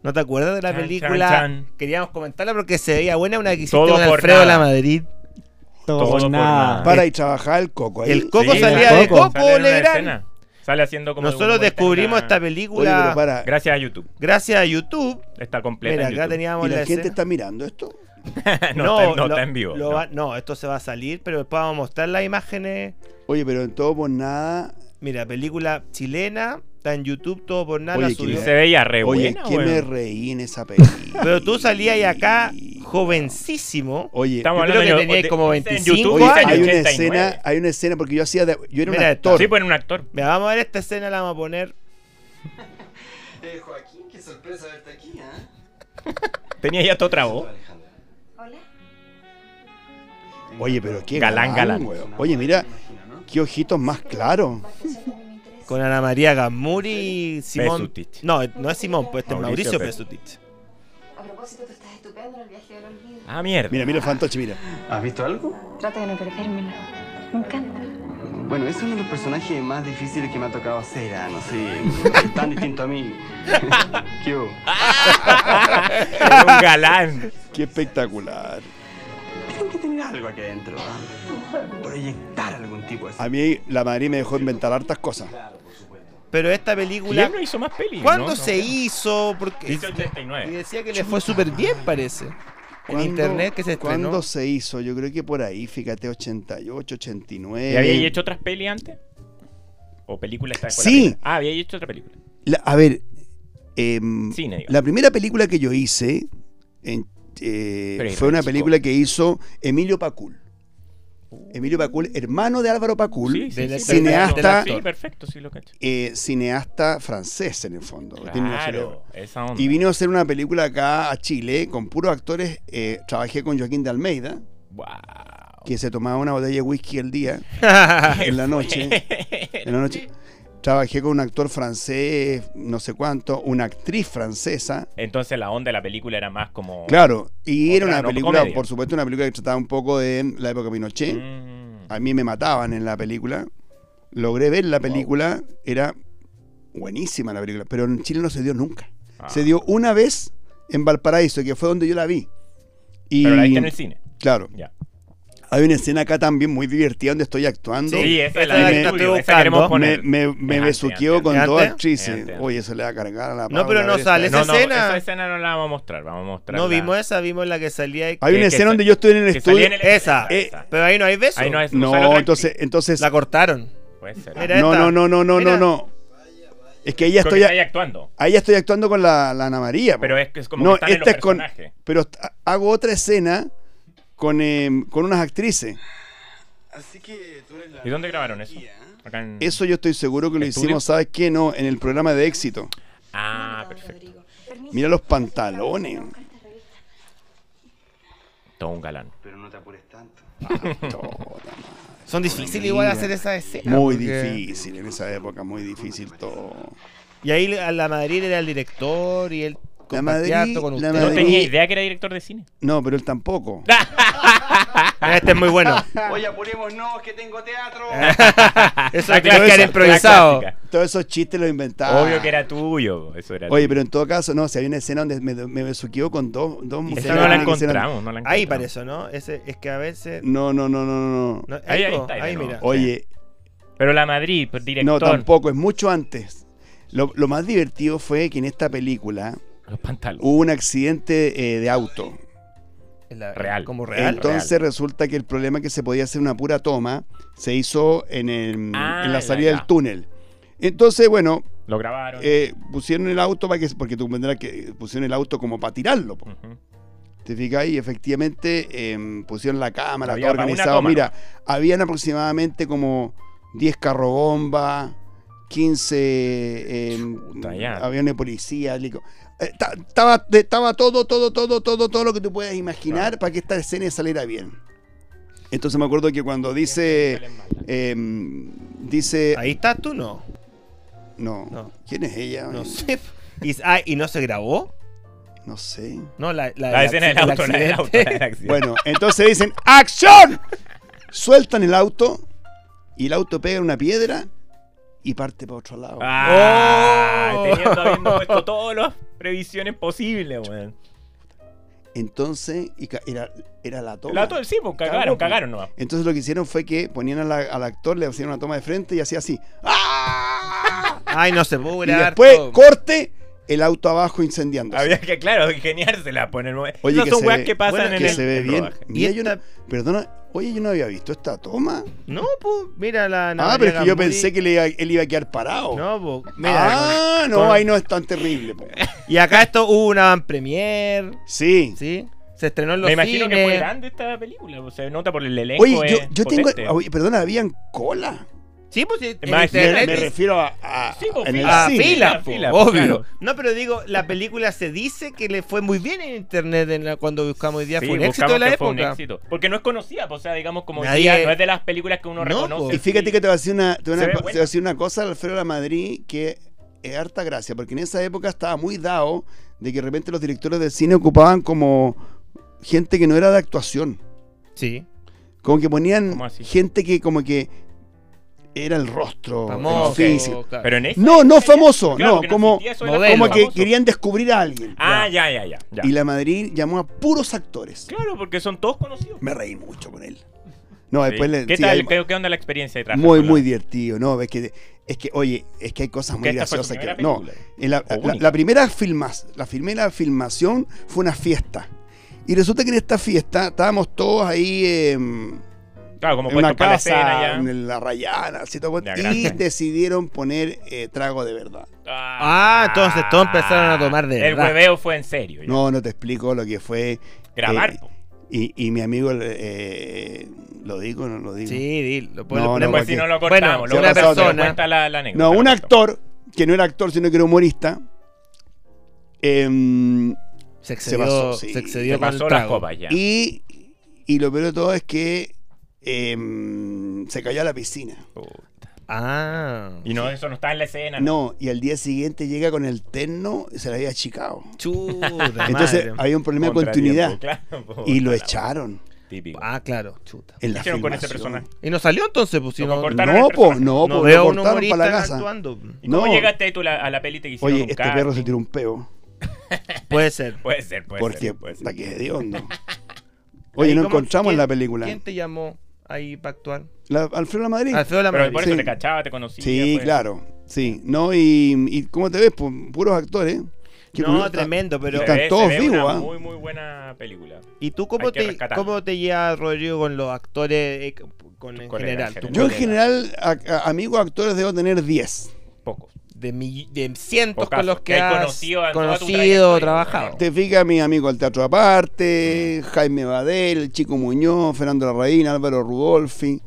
B: ¿No te acuerdas de la
C: Chan,
B: película?
C: chan, chan.
B: Queríamos comentarla porque se veía buena una que hiciste
C: Todo
B: con
C: por
B: Alfredo
C: nada.
B: La Madrid.
E: Todo,
C: Todo por nada.
E: nada.
D: Para y trabajar el Coco ahí.
B: El Coco
E: Sí,
B: salía de
E: el Coco.
B: Coco,
C: Sale en una
B: Legrand.
C: escena. Sale haciendo como. de
B: Nosotros
C: una vuelta
B: descubrimos
C: en
B: esta
C: la-
D: Oye, pero
B: película
D: para.
C: Gracias a YouTube.
B: gracias a YouTube.
C: Está completa.
B: Mira,
C: en
B: acá
C: YouTube.
B: teníamos
D: ¿Y la gente
B: escena.
D: está mirando esto?
C: no, está, en- no
B: lo-
C: está en vivo.
B: lo
C: no.
B: va- no, esto se va a salir, pero después vamos a mostrar las imágenes.
D: Oye, pero en todo por nada.
B: Mira, película chilena, está en YouTube, todo por nada,
D: Oye,
B: la
D: qué
C: Y
B: subió.
D: bien.
C: se veía re
D: Oye,
C: buena,
D: ¿qué
C: weón.
D: me reí en esa película?
B: Pero tú salías ahí acá jovencísimo.
D: Oye,
B: Yo
C: Estamos
B: creo
C: hablando
B: que
C: de
B: teníais
C: de-
B: como
C: en
B: 25
C: YouTube
D: oye,
B: años.
C: dice
D: hay una
C: 89.
D: escena, hay una escena porque yo hacía de- yo era un
B: Mira,
D: actor.
C: Sí, pues era un actor.
B: Mira, vamos a ver esta escena, la vamos a poner.
F: Eh, Joaquín, qué sorpresa verte aquí, ¿eh?
C: Tenía ya todo trabó.
F: Alejandra.
D: Oye, pero qué
C: pues. Galán, galán.
D: weón. Oye, mira, qué ojitos más claros.
B: Con Ana María Gamuri y Simón.
C: Pesutich.
B: No, no es Simón, pues este es
C: Mauricio
B: Mauricio Pesutich.
G: A propósito, tú estás estupendo en el viaje del olvido.
C: Ah, mierda.
D: Mira, mira el fantoche, mira.
F: ¿Has visto algo?
G: Trata de no perdérmelo. Me encanta.
F: Bueno, es uno de los personajes más difíciles que me ha tocado hacer, ah, no sé, tan distinto a mí. ¿Qué hubo?
C: Era un galán.
D: Qué espectacular.
F: Tienen que tener algo aquí adentro, ¿ah? Proyectar algún tipo de...
D: A mí la Madrid me dejó inventar hartas cosas.
B: Pero esta
C: Y él
B: película,
C: no hizo más pelis.
B: ¿cuándo
C: ¿no?
B: se hizo? Porque
C: Dice
B: y
C: 89.
B: decía que le fue súper bien, parece. En
D: ¿Cuándo-
B: internet que se estrenó.
D: ¿Cuándo se hizo? Yo creo que por ahí, fíjate, 88, 89.
C: ¿Y había hecho otras pelis antes? ¿O películas? esta vez fue la
D: eh, Sí.
C: primera? Ah, había hecho otra película.
D: La- a ver, em,
C: Cine, digamos.
D: la primera película que yo hice en- eh,
C: Pero
D: fue
C: era
D: una
C: chico.
D: película que hizo Emilio Pacul. Emilio Pacul, hermano de Álvaro Pacul,
C: Sí, sí,
B: del
C: sí,
D: cineasta-
C: Sí, perfecto, sí lo cacho.
D: eh, cineasta francés en el fondo. que tiene una
C: Claro, esa onda.
D: Y vino a hacer una película acá a Chile con puros actores. eh, trabajé con Joaquín de Almeida,
C: Wow.
D: que se tomaba una botella de whisky al día, en la noche. En la noche. Trabajé con un actor francés, no sé cuánto, una actriz francesa.
C: Entonces la onda de la película era más como.
D: Claro, y era
C: Otra,
D: una
C: no,
D: película,
C: comedia.
D: por supuesto, una película que trataba un poco de la época de Pinochet.
C: Mm.
D: A mí me mataban en la película. Logré ver la película, era buenísima la película, pero en Chile no se dio nunca.
C: Ah.
D: Se dio una vez en Valparaíso, que fue donde yo la vi. Y,
C: Pero la viste en el cine.
D: Claro,
C: Ya.
D: hay una escena acá también muy divertida donde estoy actuando.
C: Sí, esa es la
D: esa
C: del
D: la
C: estudio,
B: estoy
C: esa queremos
B: buscando.
D: me
C: poner.
D: me, me
C: Es antes,
D: besuqueo
C: antes,
D: con
B: antes.
D: dos
B: Es
D: actrices.
C: antes, antes.
D: Oye, eso le va a cargar a la
B: No,
D: Paula
B: pero no
D: Bresta.
B: sale
C: No,
B: esa
C: no,
B: escena.
C: esa escena no la vamos a mostrar, vamos a mostrar.
B: No
C: la-
B: vimos esa, vimos la que salía ahí.
D: Hay una
C: que- que
D: escena donde
C: sa-
D: yo estuve en el
C: que salía
D: estudio.
C: en el-
B: Esa.
C: esa, esa.
B: Pero ahí no hay beso.
C: Ahí no es. sale
D: No,
C: otra
D: entonces,
C: actriz.
D: entonces
B: La cortaron.
C: Puede ser.
B: Era-
D: No,
B: esta.
D: no, no, no, no,
B: Mira.
D: no, no. Es que ahí ya
C: Creo que
D: estoy,
C: está ahí
D: ahí
C: actuando.
D: ya estoy actuando con la, la Ana María. po.
C: Pero es que es como
D: No,
C: que están en los
D: esta es con-
C: personajes.
D: Pero t- hago otra escena con, em, con unas actrices.
F: Así que tú eres la...
C: ¿Y dónde grabaron eso? Acá en-
D: Eso yo estoy seguro que lo
C: Mm. ¿Estudio?
D: hicimos, ¿sabes qué? No, en el programa de éxito.
C: Ah, perfecto.
D: Mira los pantalones.
C: Todo un galán.
F: Pero no te apures tanto.
D: Tota,
B: Son difíciles igual hacer esa escena.
D: Muy
B: porque-
D: difícil en esa época, muy difícil todo.
B: Y ahí a la Madrid era el director y él compartía
D: Madrid-
B: harto con
D: la
B: usted.
C: No
D: Madrid-
C: tenía idea que era director de cine.
D: No, pero él tampoco.
B: Ah, Este es muy bueno.
F: Oye, apurémonos, que tengo teatro.
B: Eso
C: Ah,
B: lo tenías
C: La
B: que
C: clásica,
B: haber
C: la
B: improvisado.
C: clásica.
D: Todos esos chistes los inventaba.
C: Obvio que era tuyo. Eso era
D: Ah. Oye,
C: tuyo.
D: pero en todo caso, no, si había una escena donde me, me besuqueó con dos, dos mujeres.
C: Esa no la
D: que eran-
C: encontramos. No la
B: Ahí
C: encontramos.
B: para eso, ¿no? Ese, es que a veces.
D: No, no, no, no, no.
B: no,
C: Ahí-
B: ahí,
C: ahí
B: po,
C: está,
B: ahí
C: ¿no?
B: mira.
D: Oye,
C: Pero la Madrid, pues, director.
D: no, tampoco, es mucho antes. Lo, lo más divertido fue que en esta película
C: Los pantalones.
D: hubo un accidente eh, de auto.
B: Es la-
C: Real.
B: Como real.
D: Entonces resulta que el problema es que se podía hacer una pura toma se hizo en, el-
C: Ah,
D: en la
C: ya,
D: salida
C: ya.
D: del túnel. Entonces, bueno,
C: Lo grabaron.
D: eh, pusieron el auto para que, porque tú comprenderás que pusieron el auto como para tirarlo. po.
C: Ujú.
D: ¿Te fijas? Y efectivamente em, pusieron la cámara,
C: Había
D: todo
C: pa' una
D: organizado.
C: toma.
D: Mira, habían aproximadamente como 10 carrobombas, 15 em,
C: Chuta, ya.
D: aviones de policía. helico- Eh, ta- Estaba de- estaba todo, todo, todo, todo, todo lo que tú puedas imaginar para que esta escena saliera bien. Entonces me acuerdo que cuando dice. em, dice.
B: Ahí estás tú, no.
D: no,
B: no.
D: ¿Quién es ella?
B: No sé. Y, ah, ¿y no se grabó?
D: No sé.
B: No, la, la,
C: La escena del
B: el
C: auto, la del auto, la
B: accidente.
C: del accidente.
D: Bueno, entonces dicen ¡Acción! Sueltan el auto y el auto pega en una piedra y parte para otro lado.
C: Ah,
B: ¡Oh!
C: teniendo habiendo puesto todas las previsiones posibles, weón.
D: Entonces, y ca- era, era la toma.
C: La to- sí, pues
D: Cagó,
C: cagaron,
D: pues.
C: cagaron nomás.
D: Entonces lo que hicieron fue que ponían a la- al actor, le hacían una toma de frente y hacía así. ¡Ah!
B: Ay, no se pudo
D: Y
B: grabar.
D: después,
B: todo.
D: corte, el auto abajo incendiándose.
C: Había que, claro, ingeniársela pues, poner.
D: pues. Oye,
C: Esas
D: que
C: son
D: se
C: weas
D: ve-
C: que pasan
B: bueno,
C: en
D: que
C: el
D: se ve
C: el
D: bien.
C: rodaje.
D: Mira,
B: Y
D: yo no- perdona, oye, yo no había visto esta toma.
B: No, pues, mira la.
D: ah, pero es que yo pensé que le iba- él iba a quedar parado.
B: No, pues, mira.
D: ah, no,
B: con-
D: ahí no es tan terrible. po.
B: Y acá esto hubo una van premier,
D: Sí.
B: ¿sí? Se estrenó en los
C: Me imagino que fue
B: cines.
C: grande esta película. o Se nota por el elenco.
D: Oye, yo,
C: es
D: yo tengo.
C: eh, potente.
D: Oye, perdona, habían cola.
B: sí, pues sí, en
C: Imagínate.
D: Me,
B: internet
D: me
B: dice-
D: refiero a. a-
C: Sí, pues,
D: en el
C: fila.
B: Ah,
D: cine.
B: fila, po,
C: Fila, pues,
B: obvio.
C: claro.
B: No, pero digo, la película se dice que le fue muy bien en internet en la- cuando buscamos hoy día.
C: Sí,
B: fue un
C: buscamos
B: éxito de la
C: que fue un
B: época.
C: éxito. Porque no es conocida, pues, o sea, digamos como hoy
B: Nadie-
C: día, no es de las películas que uno
B: No,
C: reconoce.
B: po.
D: pues, Y fíjate que te voy a decir una, te voy a-
C: Se ve
D: te voy a
C: buena.
D: decir una cosa, Alfredo La Madrid, que es harta gracia, porque en esa época estaba muy dado de que de repente los directores de cine ocupaban como gente que no era de actuación.
B: Sí.
D: Como que ponían
C: ¿Cómo así?
D: gente que como que era el rostro,
B: Famoso.
D: el oficio.
B: claro.
C: Pero en esa
D: No, no
C: época ya-
D: famoso,
C: claro,
D: no,
C: porque
D: como,
C: existía eso de la
B: como
C: fama,
D: como que
C: famoso.
D: querían descubrir a alguien.
C: Ah, ya, ya, ya. ya.
D: Y La Madrid llamó a puros actores.
C: Claro, porque son todos conocidos.
D: Me reí mucho con él. No,
C: Sí.
D: después Ah, pues le
C: ¿Qué
D: sí,
C: tal?
D: hay-
C: ¿Qué, qué onda la experiencia de trabajar
D: muy,
C: con la-
D: muy divertido, ¿no? Es que, es que, oye, es que hay cosas
C: Porque
D: muy
C: esta fue su
D: graciosas que.
C: primera
D: No,
C: película.
D: en la,
C: O
D: la-
C: única.
D: la primera filmas, la primera filmación fue una fiesta. Y resulta que en esta fiesta estábamos todos ahí eh, en
C: Claro, como
D: una
C: puesto para la escena
D: casa,
C: ya.
D: en la Rayana, así todo,
C: Ya,
D: y
C: gracias.
D: decidieron poner eh, trago de verdad.
B: Ah, entonces todos empezaron a tomar de
C: El
B: verdad.
C: hueveo fue en serio. ya.
D: No, no te explico lo que fue.
C: Grabar. pues.
D: eh,
C: po.
D: Y, y mi amigo, eh, ¿lo digo o no lo digo?
B: Sí, di, lo
D: No,
B: lo
D: no,
B: ponemos
C: Pues
D: porque-
C: si no lo
B: Bueno,
C: cortamos,
D: se
C: lo
D: ha pasado
C: cortamos, pero
B: otra.
C: cuenta la, la anécdota.
D: No, un
C: lo cortamos.
D: actor, que no era actor, sino que era humorista, em,
B: Se
D: Se
B: excedió,
D: pasó, sí.
B: se excedió
C: Se
B: con el
C: pasó las
B: trago.
C: copas ya.
D: y, y lo peor de todo es que em, se cayó a la piscina.
C: Puta.
B: Ah.
C: Y no, eso no está en la escena.
D: No, y al día siguiente llega con el terno y se la había achicado.
B: Chuta.
D: Entonces
B: madre.
D: había un problema de
C: Ah, Contratiempo,
D: continuidad
C: claro, po.
D: y lo
C: Claro,
D: echaron
C: Típico.
B: Ah, claro, chuta.
D: en
C: ¿Qué
D: la
C: hicieron con ese
D: filmación.
C: personaje?
B: Y no salió entonces, pues si
C: Lo
B: no.
C: cortaron.
D: No,
C: el
D: pues
C: personaje.
D: no,
B: no
D: pues
B: veo
D: lo
B: un
D: cortaron para la
B: humorista
D: casa.
B: actuando.
C: ¿Y cómo
D: no.
C: llegaste tú la- a la peli? Te hicieron
D: Oye,
C: un
D: este
C: casting?
D: perro se tiró un peo
B: Puede ser.
C: Puede ser, puede
D: porque
C: ser. puede ser.
D: está que es de hondo. Oye, no
B: ¿Y cómo-
D: encontramos
B: quién-
D: la película.
B: ¿Quién te llamó ahí para actuar?
D: La- Alfredo La Madrid.
B: Alfredo la
C: Pero
B: Madrid.
C: por eso
D: Sí.
C: te cachaba, te conocía.
D: Sí,
C: pues.
D: claro. Sí, no, y, y ¿cómo te ves? Pu- puros actores. ¿eh? Qué
B: No,
D: curioso, está-
B: tremendo, pero.
C: Se
D: están
C: ve- se
D: todos
C: ve
D: vivos,
C: una
D: ¿ah?
C: Muy, muy buena película.
B: ¿Y tú cómo
C: Hay que
B: te,
C: rescatarlo.
B: cómo te llevas, Rodrigo, con los actores eh, con, en
C: colegas,
B: general?
C: en
B: tus
D: Ah, Yo en
B: colegas?
D: general, a- a- amigos actores debo tener 10.
C: Pocos.
B: De, mi- de cientos
C: Pocas,
B: con los que
C: que
B: has
C: hay
B: conocido,
C: conocido en toda tu
B: conocido
C: trayectoria.
B: trabajado.
D: Te fijas mi amigo del Teatro Aparte, Jaime Badel, Chico Muñoz, Fernando Larraín, Álvaro Rudolfi,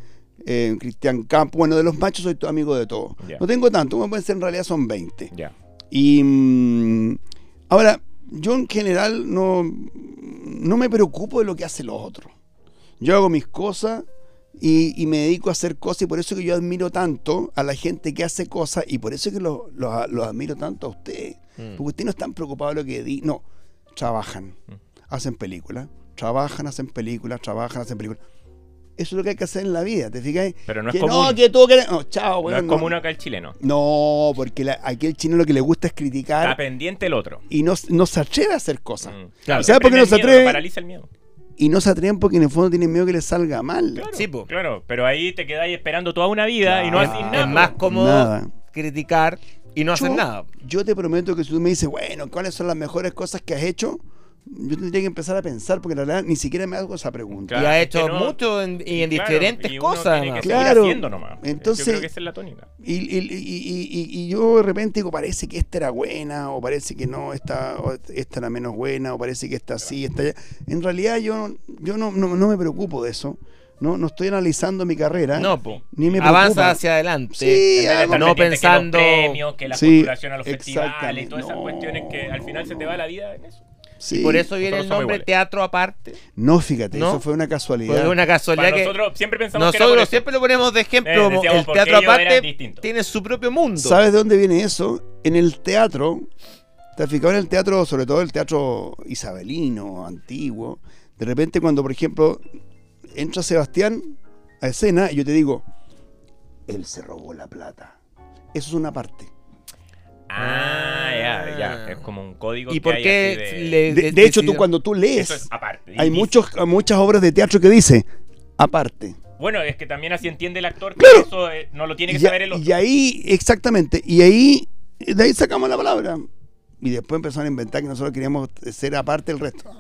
D: eh, Cristian Campo. Bueno, de los machos soy tu amigo de todos.
C: Ya.
D: No tengo tanto, como pueden ser en realidad son 20.
C: Ya.
D: Y mm, ahora, yo en general no, no me preocupo de lo que hacen los otros. Yo hago mis cosas y, y me dedico a hacer cosas y por eso que yo admiro tanto a la gente que hace cosas y por eso que los los- los admiro tanto a ustedes.
B: Mm.
D: Porque ustedes no están preocupados de lo que di. No, trabajan,
C: Mm.
D: hacen películas, trabajan, hacen películas, trabajan, hacen películas. Eso es lo que hay que hacer en la vida, ¿te fijas?
C: Pero no es
D: que
C: común.
D: no, que tú que... No,
C: No
D: chao, weón,
C: es
D: no.
C: como uno acá el chileno.
D: No, porque la- aquí el chino lo que le gusta es criticar
C: Está pendiente el otro.
D: y no, no se atreve a hacer cosas.
C: Mm.
B: Claro.
D: ¿Sabes por qué
C: Prende
D: no
C: el
D: se
C: miedo,
D: atreve?
C: lo Paraliza el miedo.
D: Y no se atreven porque en el fondo tienen miedo que les salga mal.
C: Claro,
B: Sí, po.
D: Ah,
C: claro, pero ahí te quedáis esperando toda una vida y no
D: Claro.
C: haces nada.
B: Es más
C: po.
B: cómodo
D: Nada.
B: criticar y no hacen
D: Yo-
B: nada.
D: Yo te prometo que si tú me dices, bueno, ¿cuáles son las mejores cosas que has hecho? Yo tendría que empezar a pensar, porque la verdad ni siquiera me hago esa pregunta.
B: y
C: Claro,
B: ha
C: es que
B: hecho
C: no-
B: mucho en- y en
C: Claro,
B: diferentes
C: y uno
B: cosas.
C: tiene que
B: además.
C: seguir
D: Claro.
C: haciendo nomás.
D: Entonces-
C: Yo creo que esa es la tónica.
D: Y, y- y- y- y- y yo de repente digo, parece que esta era buena, o parece que no, esta, o esta era menos buena, o parece que esta sí, esta ya. En realidad yo, yo no, no- no me preocupo de eso. No, no estoy analizando mi carrera.
B: No, po.
D: Ni me
B: Avanza
D: preocupa.
B: hacia adelante.
D: Sí,
C: Debe estar
D: hago-
B: no
C: pendiente que los
B: pensando-
C: premios, que la
D: Sí,
C: postulación a los festivales,
D: exactamente.
C: todas esas
D: No,
C: cuestiones que al final
D: no,
C: se te
D: no.
C: va la vida en eso.
D: sí.
B: Por eso viene
C: Nosotros
B: el
C: somos
B: nombre
C: iguales.
B: teatro aparte.
D: No, fíjate,
B: No.
D: eso fue una
B: Porque
D: casualidad.
B: es una
C: Para
B: casualidad que
C: nosotros siempre pensamos que era por
B: nosotros
C: eso.
B: siempre lo ponemos de ejemplo.
C: Eh,
B: como
C: decíamos,
B: el
C: porque
B: teatro
C: ellos eran
B: aparte
C: distintos.
B: tiene su propio mundo.
D: ¿Sabes de dónde viene eso? En el teatro, te has fijado en el teatro, sobre todo el teatro isabelino, antiguo. De repente, cuando, por ejemplo, entra Sebastián a escena, y yo te digo, él se robó la plata. Eso es una parte.
C: Ah, ya, ya. Es como un código
B: ¿Y
C: que
B: por
C: hay
B: qué
C: así de-
B: le-
D: De, de hecho, tú
B: decidieron-
D: cuando tú
C: Eso es
D: lees,
C: aparte.
D: hay
C: Y-
D: muchos, muchas obras de teatro que dice, aparte.
C: Bueno, es que también así entiende el actor que
D: Claro.
C: eso eh, no lo tiene que
D: y, a-
C: saber el otro.
D: y ahí, exactamente, y ahí, de ahí sacamos la palabra. Y después empezaron a inventar que nosotros queríamos ser aparte del resto.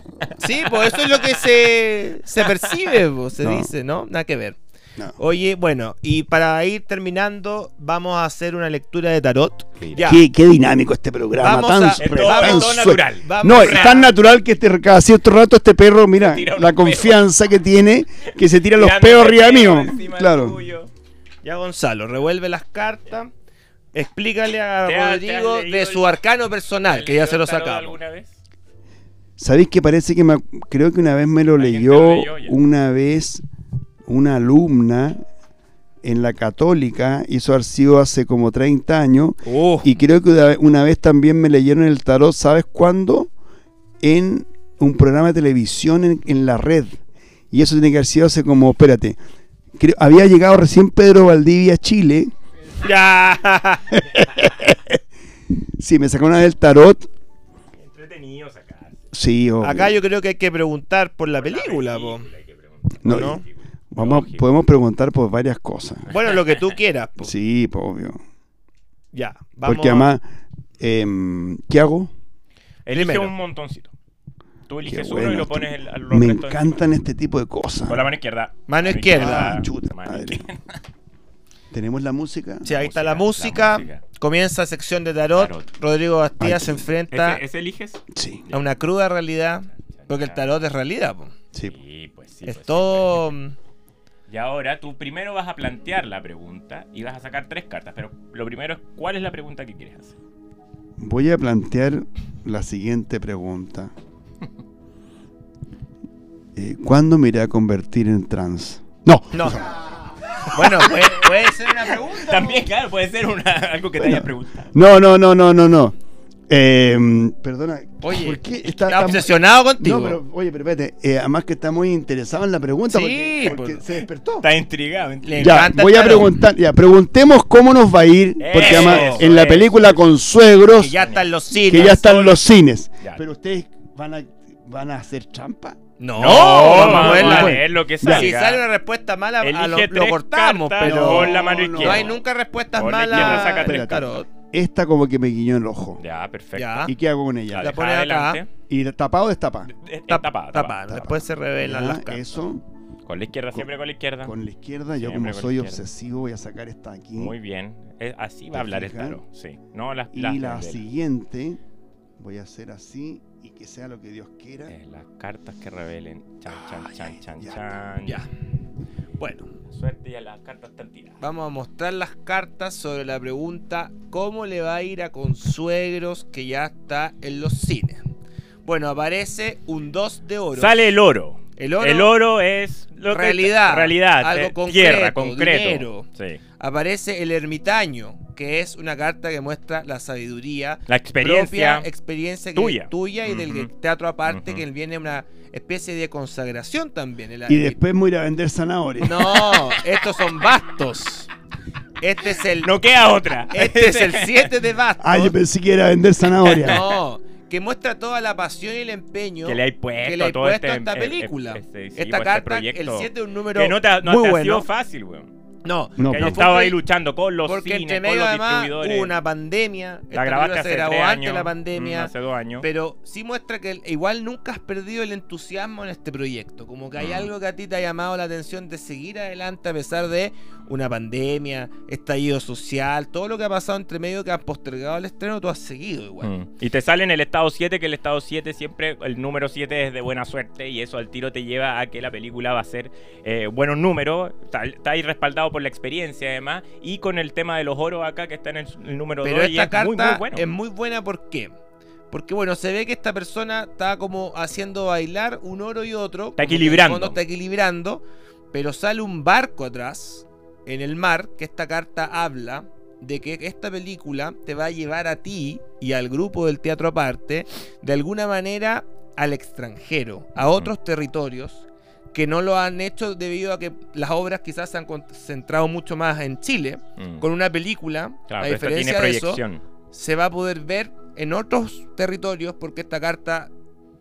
B: Sí, pues eso es lo que se, se percibe, po, se
D: No.
B: dice, ¿no? Nada que ver.
D: No.
B: Oye, bueno, y para ir terminando, vamos a hacer una lectura de tarot. Ya.
D: Qué, qué dinámico este programa,
B: Vamos
D: tan,
B: a-
D: re-
C: todo-
D: tan
C: todo
D: sue-
C: natural.
B: Vamos
D: No, eh.
B: a-
D: es tan natural que este, cada cierto rato este perro, mira,
C: tira unos
D: la confianza que tiene, que se tira los
C: Tirando
D: peos
C: el
D: arriba
C: dedo
D: mío.
C: encima del
D: Claro.
C: tuyo.
B: Ya Gonzalo, revuelve las cartas. Explícale a
C: ¿Te ha- te has
B: Rodrigo
C: leído
B: de
C: el-
B: su arcano personal, Ah, que ya se lo
C: ¿Tarot
B: sacamos.
C: alguna vez?
D: ¿Sabéis que parece que me, ac- creo que una vez me lo
C: Alguien te
D: leyó,
C: lo leyó ya.
D: una vez una alumna en la católica, hizo haber sido hace como 30 años,
B: Uh,
D: Y creo que una- una vez también me leyeron el tarot, ¿sabes cuándo? En un programa de televisión en, en la red. Y eso tiene que haber sido hace como, espérate, creo- había llegado recién Pedro Valdivia a Chile.
B: ya.
D: Sí, me sacó una del tarot.
C: Entretenido sacarse.
D: Sí, obvio.
B: Acá yo creo que hay que preguntar por la película, po.
C: hay que preguntar.
D: No,
B: ¿no?
D: Vamos,
C: Lógico.
D: podemos preguntar por varias cosas.
B: Bueno, lo que tú quieras, po.
D: Sí, pues, obvio.
B: Ya, vamos.
D: Porque además, em, ¿qué hago?
C: Elige
B: Primero.
C: un montoncito. Tú eliges
D: Qué
C: uno y
D: bueno
C: lo
D: esto.
C: pones el, a los
D: Me
C: restos encima.
D: encantan este tipo de cosas.
C: Con la mano izquierda.
B: Mano izquierda.
D: Ah, chuta
C: mano
D: madre.
C: izquierda.
D: ¿Tenemos la música?
B: Sí, ahí está la
C: música,
B: música.
C: la música.
B: Comienza sección de tarot.
C: Tarot.
B: Rodrigo Bastía
D: Ay,
B: se enfrenta
C: ¿Ese, ese eliges?
D: Sí,
B: a una cruda realidad, porque el tarot es realidad, po.
D: sí.
C: Sí, pues sí.
B: Es
C: pues sí,
B: todo. mm,
C: pues. Y ahora tú primero vas a plantear la pregunta y vas a sacar tres cartas. Pero lo primero es cuál es la pregunta que quieres hacer.
D: Voy a plantear la siguiente pregunta. Eh, ¿Cuándo me iré a convertir en trans? No.
B: No. Bueno, puede, puede ser una pregunta.
C: También, claro, puede ser una, algo que te
D: Bueno.
C: hayas preguntado.
D: No, no, no, no, no, no. Eh, perdona.
B: Oye,
D: ¿por qué está,
B: Está,
D: tan-
B: obsesionado contigo.
D: No, pero oye, pero espérate. eh, además que está muy interesado en la pregunta
B: Sí,
D: porque, porque
B: pues.
D: se despertó.
C: Está intrigado. intrigado.
B: Le
D: Ya,
B: encanta el
D: voy a
B: tarot.
D: preguntar, ya, preguntemos cómo nos va a ir, porque
C: Eso,
D: además en la
C: eso.
D: película con
B: Que
D: suegros,
B: ya están los cines.
D: que ya están los cines.
C: Ya.
D: Pero ustedes van a, van a hacer trampa.
B: No,
C: No,
B: vamos a
C: ver
B: verla.
C: lo que
B: Si
C: salga.
B: sale una respuesta mala, a lo,
C: Elige
B: lo
C: tres
B: cortamos,
C: cartas
B: pero.
C: con la mano
D: No, no,
C: izquierda.
B: No hay nunca respuestas
C: Con la
B: malas.
C: izquierda saca
B: en
C: tres
B: el
C: cartas.
B: tarot.
D: Esta como que me guiñó el ojo.
C: Ya, perfecto.
B: Ya.
D: ¿Y qué hago con
C: La,
D: ella?
B: La
C: la
B: pone acá.
C: adelante.
D: ¿Y tapado o destapa?
C: Eh, eh,
B: Tap-
C: tapada,
B: tapada.
C: tapada.
B: Después se revelan
D: Ah,
B: las cartas.
D: Eso,
C: Con la izquierda,
D: Con-
C: siempre con la izquierda.
D: con la izquierda, yo
C: Siempre
D: como
C: con la
D: soy
C: izquierda.
D: obsesivo voy a sacar esta aquí.
C: Muy bien. Eh, así va
D: ¿Te
C: a hablar
D: fijas?
C: el tarot. Sí. No, las
D: y
C: las
D: la
C: de-
D: siguiente voy a hacer así y que sea lo que Dios quiera.
C: eh, las cartas que revelen. Chan, chan, chan, chan,
D: ya
C: chan.
B: Ya. Bueno,
C: Suerte, ya las cartas están tiradas.
B: vamos a mostrar las cartas sobre la pregunta: ¿Cómo le va a ir a Consuegros que ya está en los cines? Bueno, aparece un 2 de oro.
C: Sale el oro.
B: el oro.
C: El oro es lo que-
B: Realidad.
C: realidad,
B: Algo
C: eh, tierra,
B: concreto,
C: concreto.
B: dinero.
C: Sí.
B: Aparece el ermitaño, que es una carta que muestra la sabiduría
C: La experiencia.
B: propia experiencia que-
C: tuya.
B: y del
C: Ujú.
B: teatro aparte,
C: Ujú.
B: que viene una especie de consagración también. el-
D: Y después me voy a ir a vender zanahorias.
B: No, estos son bastos. Este es el,
C: No queda otra.
B: este es el 7 de bastos.
D: Ah, yo pensé que era vender zanahorias.
B: No, que muestra toda la pasión y el empeño
C: que le hay puesto,
B: que le he
C: todo
B: puesto
C: este,
B: a esta
C: eh, eh,
B: película.
C: este- sí, pues,
B: esta
C: este
B: carta,
C: proyecto.
B: el 7 es un número
C: Que no te, ha- no
B: muy
C: te ha
B: bueno.
C: sido fácil, weón.
B: No,
D: No,
C: que haya
D: no,
B: fue
C: estado
B: porque-
C: ahí luchando con los
B: porque
C: cines,
B: entre
C: con
B: medio
C: los
B: además
C: distribuidores.
B: hubo una pandemia. Esta
C: la grabaste
B: película
C: hace
B: se grabó
C: tres
B: antes
C: años,
B: de la
C: mm,
B: pandemia.
C: hace dos años.
B: Pero sí muestra que el- igual nunca has perdido el entusiasmo en este proyecto. Como que hay
C: Mm.
B: algo que a ti te ha llamado la atención de seguir adelante a pesar de una pandemia, estallido social, todo lo que ha pasado entre medio que han postergado el estreno, tú has seguido igual.
C: Mm. Y te sale en el estado 7, que el estado 7 siempre, el número 7 es de buena suerte y eso al tiro te lleva a que la película va a ser eh, buenos números, está, está ahí respaldado por la experiencia además y con el tema de los oros acá que está en el, el número 2
B: Pero
C: y
B: esta
C: es
B: carta
C: muy muy bueno.
B: es muy buena ¿por qué? Porque bueno, se ve que esta persona está como haciendo bailar un oro y otro. como que en el
C: equilibrando.
B: fondo está equilibrando, pero sale un barco atrás en el mar que esta carta habla de que esta película te va a llevar a ti y al grupo del teatro aparte de alguna manera al extranjero, a
C: Ujú.
B: otros territorios que no lo han hecho debido a que las obras quizás se han concentrado mucho más en Chile.
C: Mm.
B: Con una película,
C: Claro,
B: a
C: pero esto tiene
B: diferencia de eso,
C: proyección.
B: se va a poder ver en otros territorios porque esta carta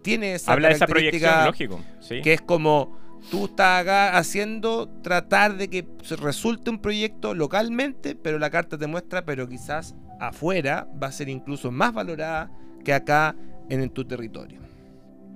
B: tiene esa
C: Habla de esa proyección,
B: característica
C: lógico. Sí.
B: que es como tú estás acá haciendo tratar de que se resulte un proyecto localmente, pero la carta te muestra, pero quizás afuera va a ser incluso más valorada que acá en tu territorio.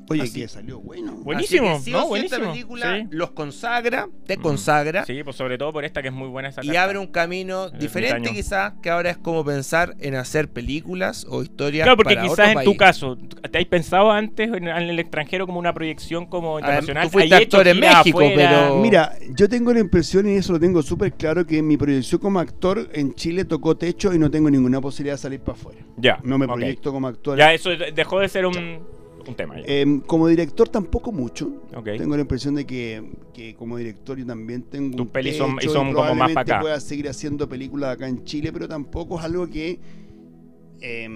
D: Oye,
B: Así.
D: que salió bueno.
C: Buenísimo,
B: Así que sí o
C: ¿no?
B: sí
C: Buenísimo.
B: Esta película
C: Sí.
B: los consagra, te
C: Mm.
B: consagra
C: Sí, pues sobre todo por esta que es muy buena esa
B: y
C: carta.
B: abre un camino
C: El
B: diferente
C: ermitaño.
B: quizás, que ahora es como pensar en hacer películas o historias.
C: Claro, porque
B: para otro
C: quizás en tu
B: país.
C: caso, ¿te has pensado antes en, en el extranjero como una proyección como internacional?
B: tú fuiste
C: ¿Hay hecho
B: actor en
C: giras
B: México,
C: afuera?
B: pero-
D: Mira, yo tengo la impresión, y eso lo tengo súper claro, que mi proyección como actor en Chile tocó techo y no tengo ninguna posibilidad de salir para afuera.
C: Ya,
D: No me
C: ok.
D: proyecto como actor.
C: Ya eso de- dejó de ser un, un tema. ya.
D: Em, como director tampoco mucho.
C: Ok.
D: Tengo la impresión de que, que como director yo también tengo
C: Tus
D: un
C: pelis son- y
D: techo
C: son como más
D: probablemente
C: pa' acá.
D: pueda seguir haciendo películas acá en Chile, pero tampoco es algo que em,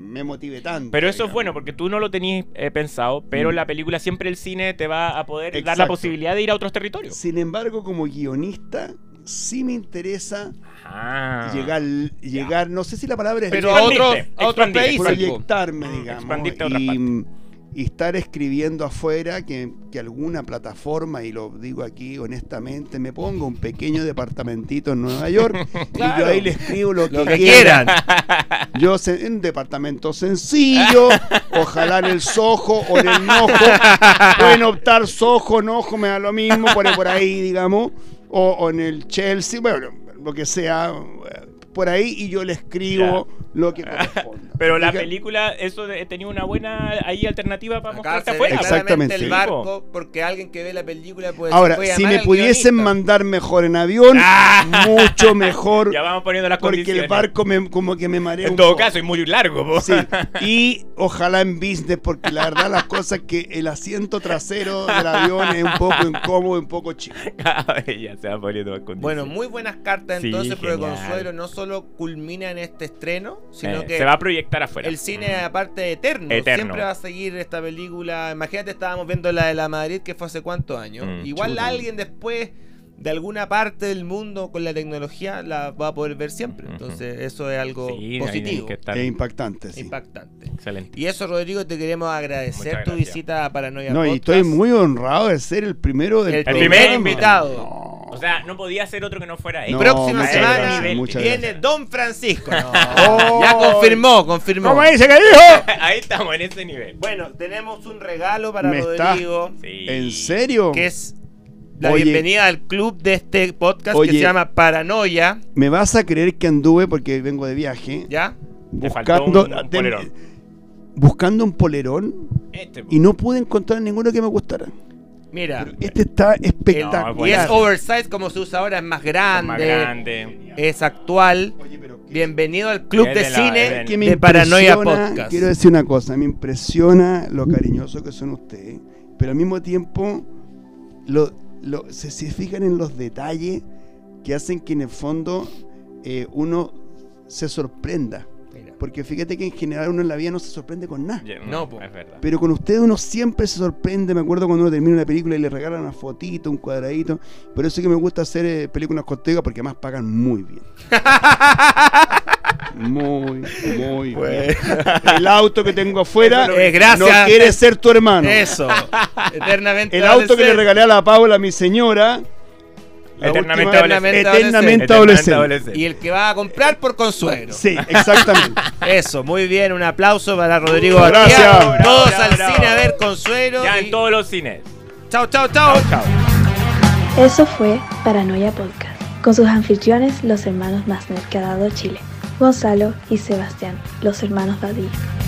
D: me motive tanto.
C: Pero eso es
D: digamos.
C: bueno porque tú no lo tenías eh, pensado, pero
D: Mm.
C: la película siempre el cine te va a poder dar la
D: Exacto.
C: posibilidad de ir a otros territorios.
D: Sin embargo, como guionista, sí me interesa
C: Ah.
D: llegar, llegar, no sé si la palabra es
B: Pero a
C: Expandiste,
B: otro, a otro país.
C: expandiste,
B: po.
D: proyectarme,
C: Mm,
D: digamos,
C: expandiste a otras
D: y, y estar escribiendo afuera que, que alguna plataforma, y lo digo aquí honestamente, me pongo un pequeño departamentito en Nueva York y yo
B: Claro.
D: ahí le escribo lo,
B: Lo
D: que,
B: que
D: quiera.
B: quieran.
D: Yo sé, en un departamento sencillo, ojalá en el sojo o en el nojo. Pueden optar sojo, nojo, me da lo mismo, por, por ahí, digamos. O, o en el Chelsea, bueno, lo que sea, eh, por ahí, y yo le escribo lo que corresponda.
C: Pero la
D: Así que-
C: película, eso de- tenía una buena ahí alternativa para
B: Acá
C: mostrarte
B: se ve
C: afuera.
D: Exacto.
B: claramente
D: Exactamente.
B: el barco, porque alguien que ve la película puede decir,
D: Ahora,
B: "Voy a
D: si
B: llamar
D: me
B: al
D: pudiesen
B: guionista".
D: mandar mejor en avión, mucho mejor,
C: Ah, Ya vamos poniendo las
D: porque
C: condiciones.
D: el barco me- como que me marea
C: en
D: un
C: todo
D: poco.
C: caso, es muy largo. po.
D: Sí, y ojalá en business, porque la verdad las cosas que el asiento trasero del avión es un poco incómodo, un poco chico.
C: ya se van poniendo las condiciones.
B: Bueno, muy buenas cartas
C: Sí,
B: entonces, porque
C: genial.
B: Consuelo no solo culmina en este estreno, sino
C: Eh,
B: que
C: se va a proyectar afuera.
B: el cine aparte eterno.
C: Eterno.
B: Siempre va a seguir esta película. Imagínate, estábamos viendo la de la Madrid que fue hace cuántos años.
C: Mm,
B: Igual
D: chuta.
B: alguien después de alguna parte del mundo con la tecnología la va a poder ver siempre.
C: Ujú.
B: Entonces, eso es algo
C: Sí, ahí tiene
B: positivo, e
C: que estar
D: Es impactante, sí.
B: impactante.
C: Excelente.
B: Y eso, Rodrigo, te queremos agradecer
C: Muchas
B: tu
C: gracias.
B: visita a Paranoia
D: No,
B: Podcast.
D: y estoy muy honrado de ser el primero del
B: El
D: programa.
B: primer invitado.
D: No.
C: O sea, no podía ser otro que no fuera él.
D: No,
B: Próxima
D: muchas
B: semana
D: gracias, muchas
B: viene
D: gracias.
B: Don Francisco. No,
D: Oh.
B: ya confirmó, confirmó.
D: ¿Cómo dice que dijo?
C: Ahí estamos, en ese nivel.
B: Bueno, tenemos un regalo para
D: Me está-
B: Rodrigo,
C: Sí.
D: ¿En serio?
B: que es la
D: Oye.
B: bienvenida al club de este podcast que
D: Oye.
B: se llama Paranoia.
D: ¿Me vas a creer que anduve porque vengo de viaje?
B: ¿Ya?
C: Te faltó
D: Buscando
C: un- un
D: ten-
C: polerón.
D: buscando un polerón
C: Este, po.
D: y no pude encontrar ninguno que me gustara.
B: Mira.
D: Pero este está
B: el-
D: espectacular.
C: No,
B: y es
C: buenazo.
B: oversized como se usa ahora, es más
C: Es
B: grande,
C: más grande.
B: es actual.
D: Oye, pero qué-
B: Bienvenido al club
C: Es
B: de,
C: de la- es
B: cine
C: del-
D: que me
B: de Paranoia
D: impresiona-
B: Podcast.
D: Quiero decir una cosa, me impresiona lo cariñoso que son ustedes, pero al mismo tiempo lo, lo- se, se fijan en los detalles que hacen que en el fondo eh, uno se sorprenda.
B: Mira.
D: Porque fíjate que en general uno en la vida no se sorprende con nada.
C: Ya,
B: No, po.
C: es verdad.
D: Pero con ustedes uno siempre se sorprende. Me acuerdo cuando uno termina una película y le regalan una fotito, un cuadradito. Por eso es que me gusta hacer eh, películas con Tega porque además pagan muy bien. Muy, muy bien. El auto que tengo afuera
B: Eso es lo que- Gracias.
D: no quiere ser tu hermano.
B: Eso. Eternamente.
D: El
B: va a
D: auto que le
B: ser.
D: regalé a la Paula, a mi señora, La
C: Eternamente
D: última-
C: adolescente.
D: Eternamente
B: Eternamente
D: adolescente.
B: Y el que va a comprar por consuelo.
D: Sí, exactamente.
B: Eso, muy bien. Un aplauso para Rodrigo Bastián.
D: Gracias.
C: Bravo,
B: Todos
C: bravo,
B: al
C: bravo.
B: cine a ver consuelo.
C: Ya
B: y-
C: en todos los cines.
B: Chau, chau,
C: Chao,
B: chau.
C: chao.
A: Eso fue Paranoia Podcast, con sus anfitriones, los hermanos Masner que ha dado Chile, Gonzalo y Sebastián, los hermanos Badilla.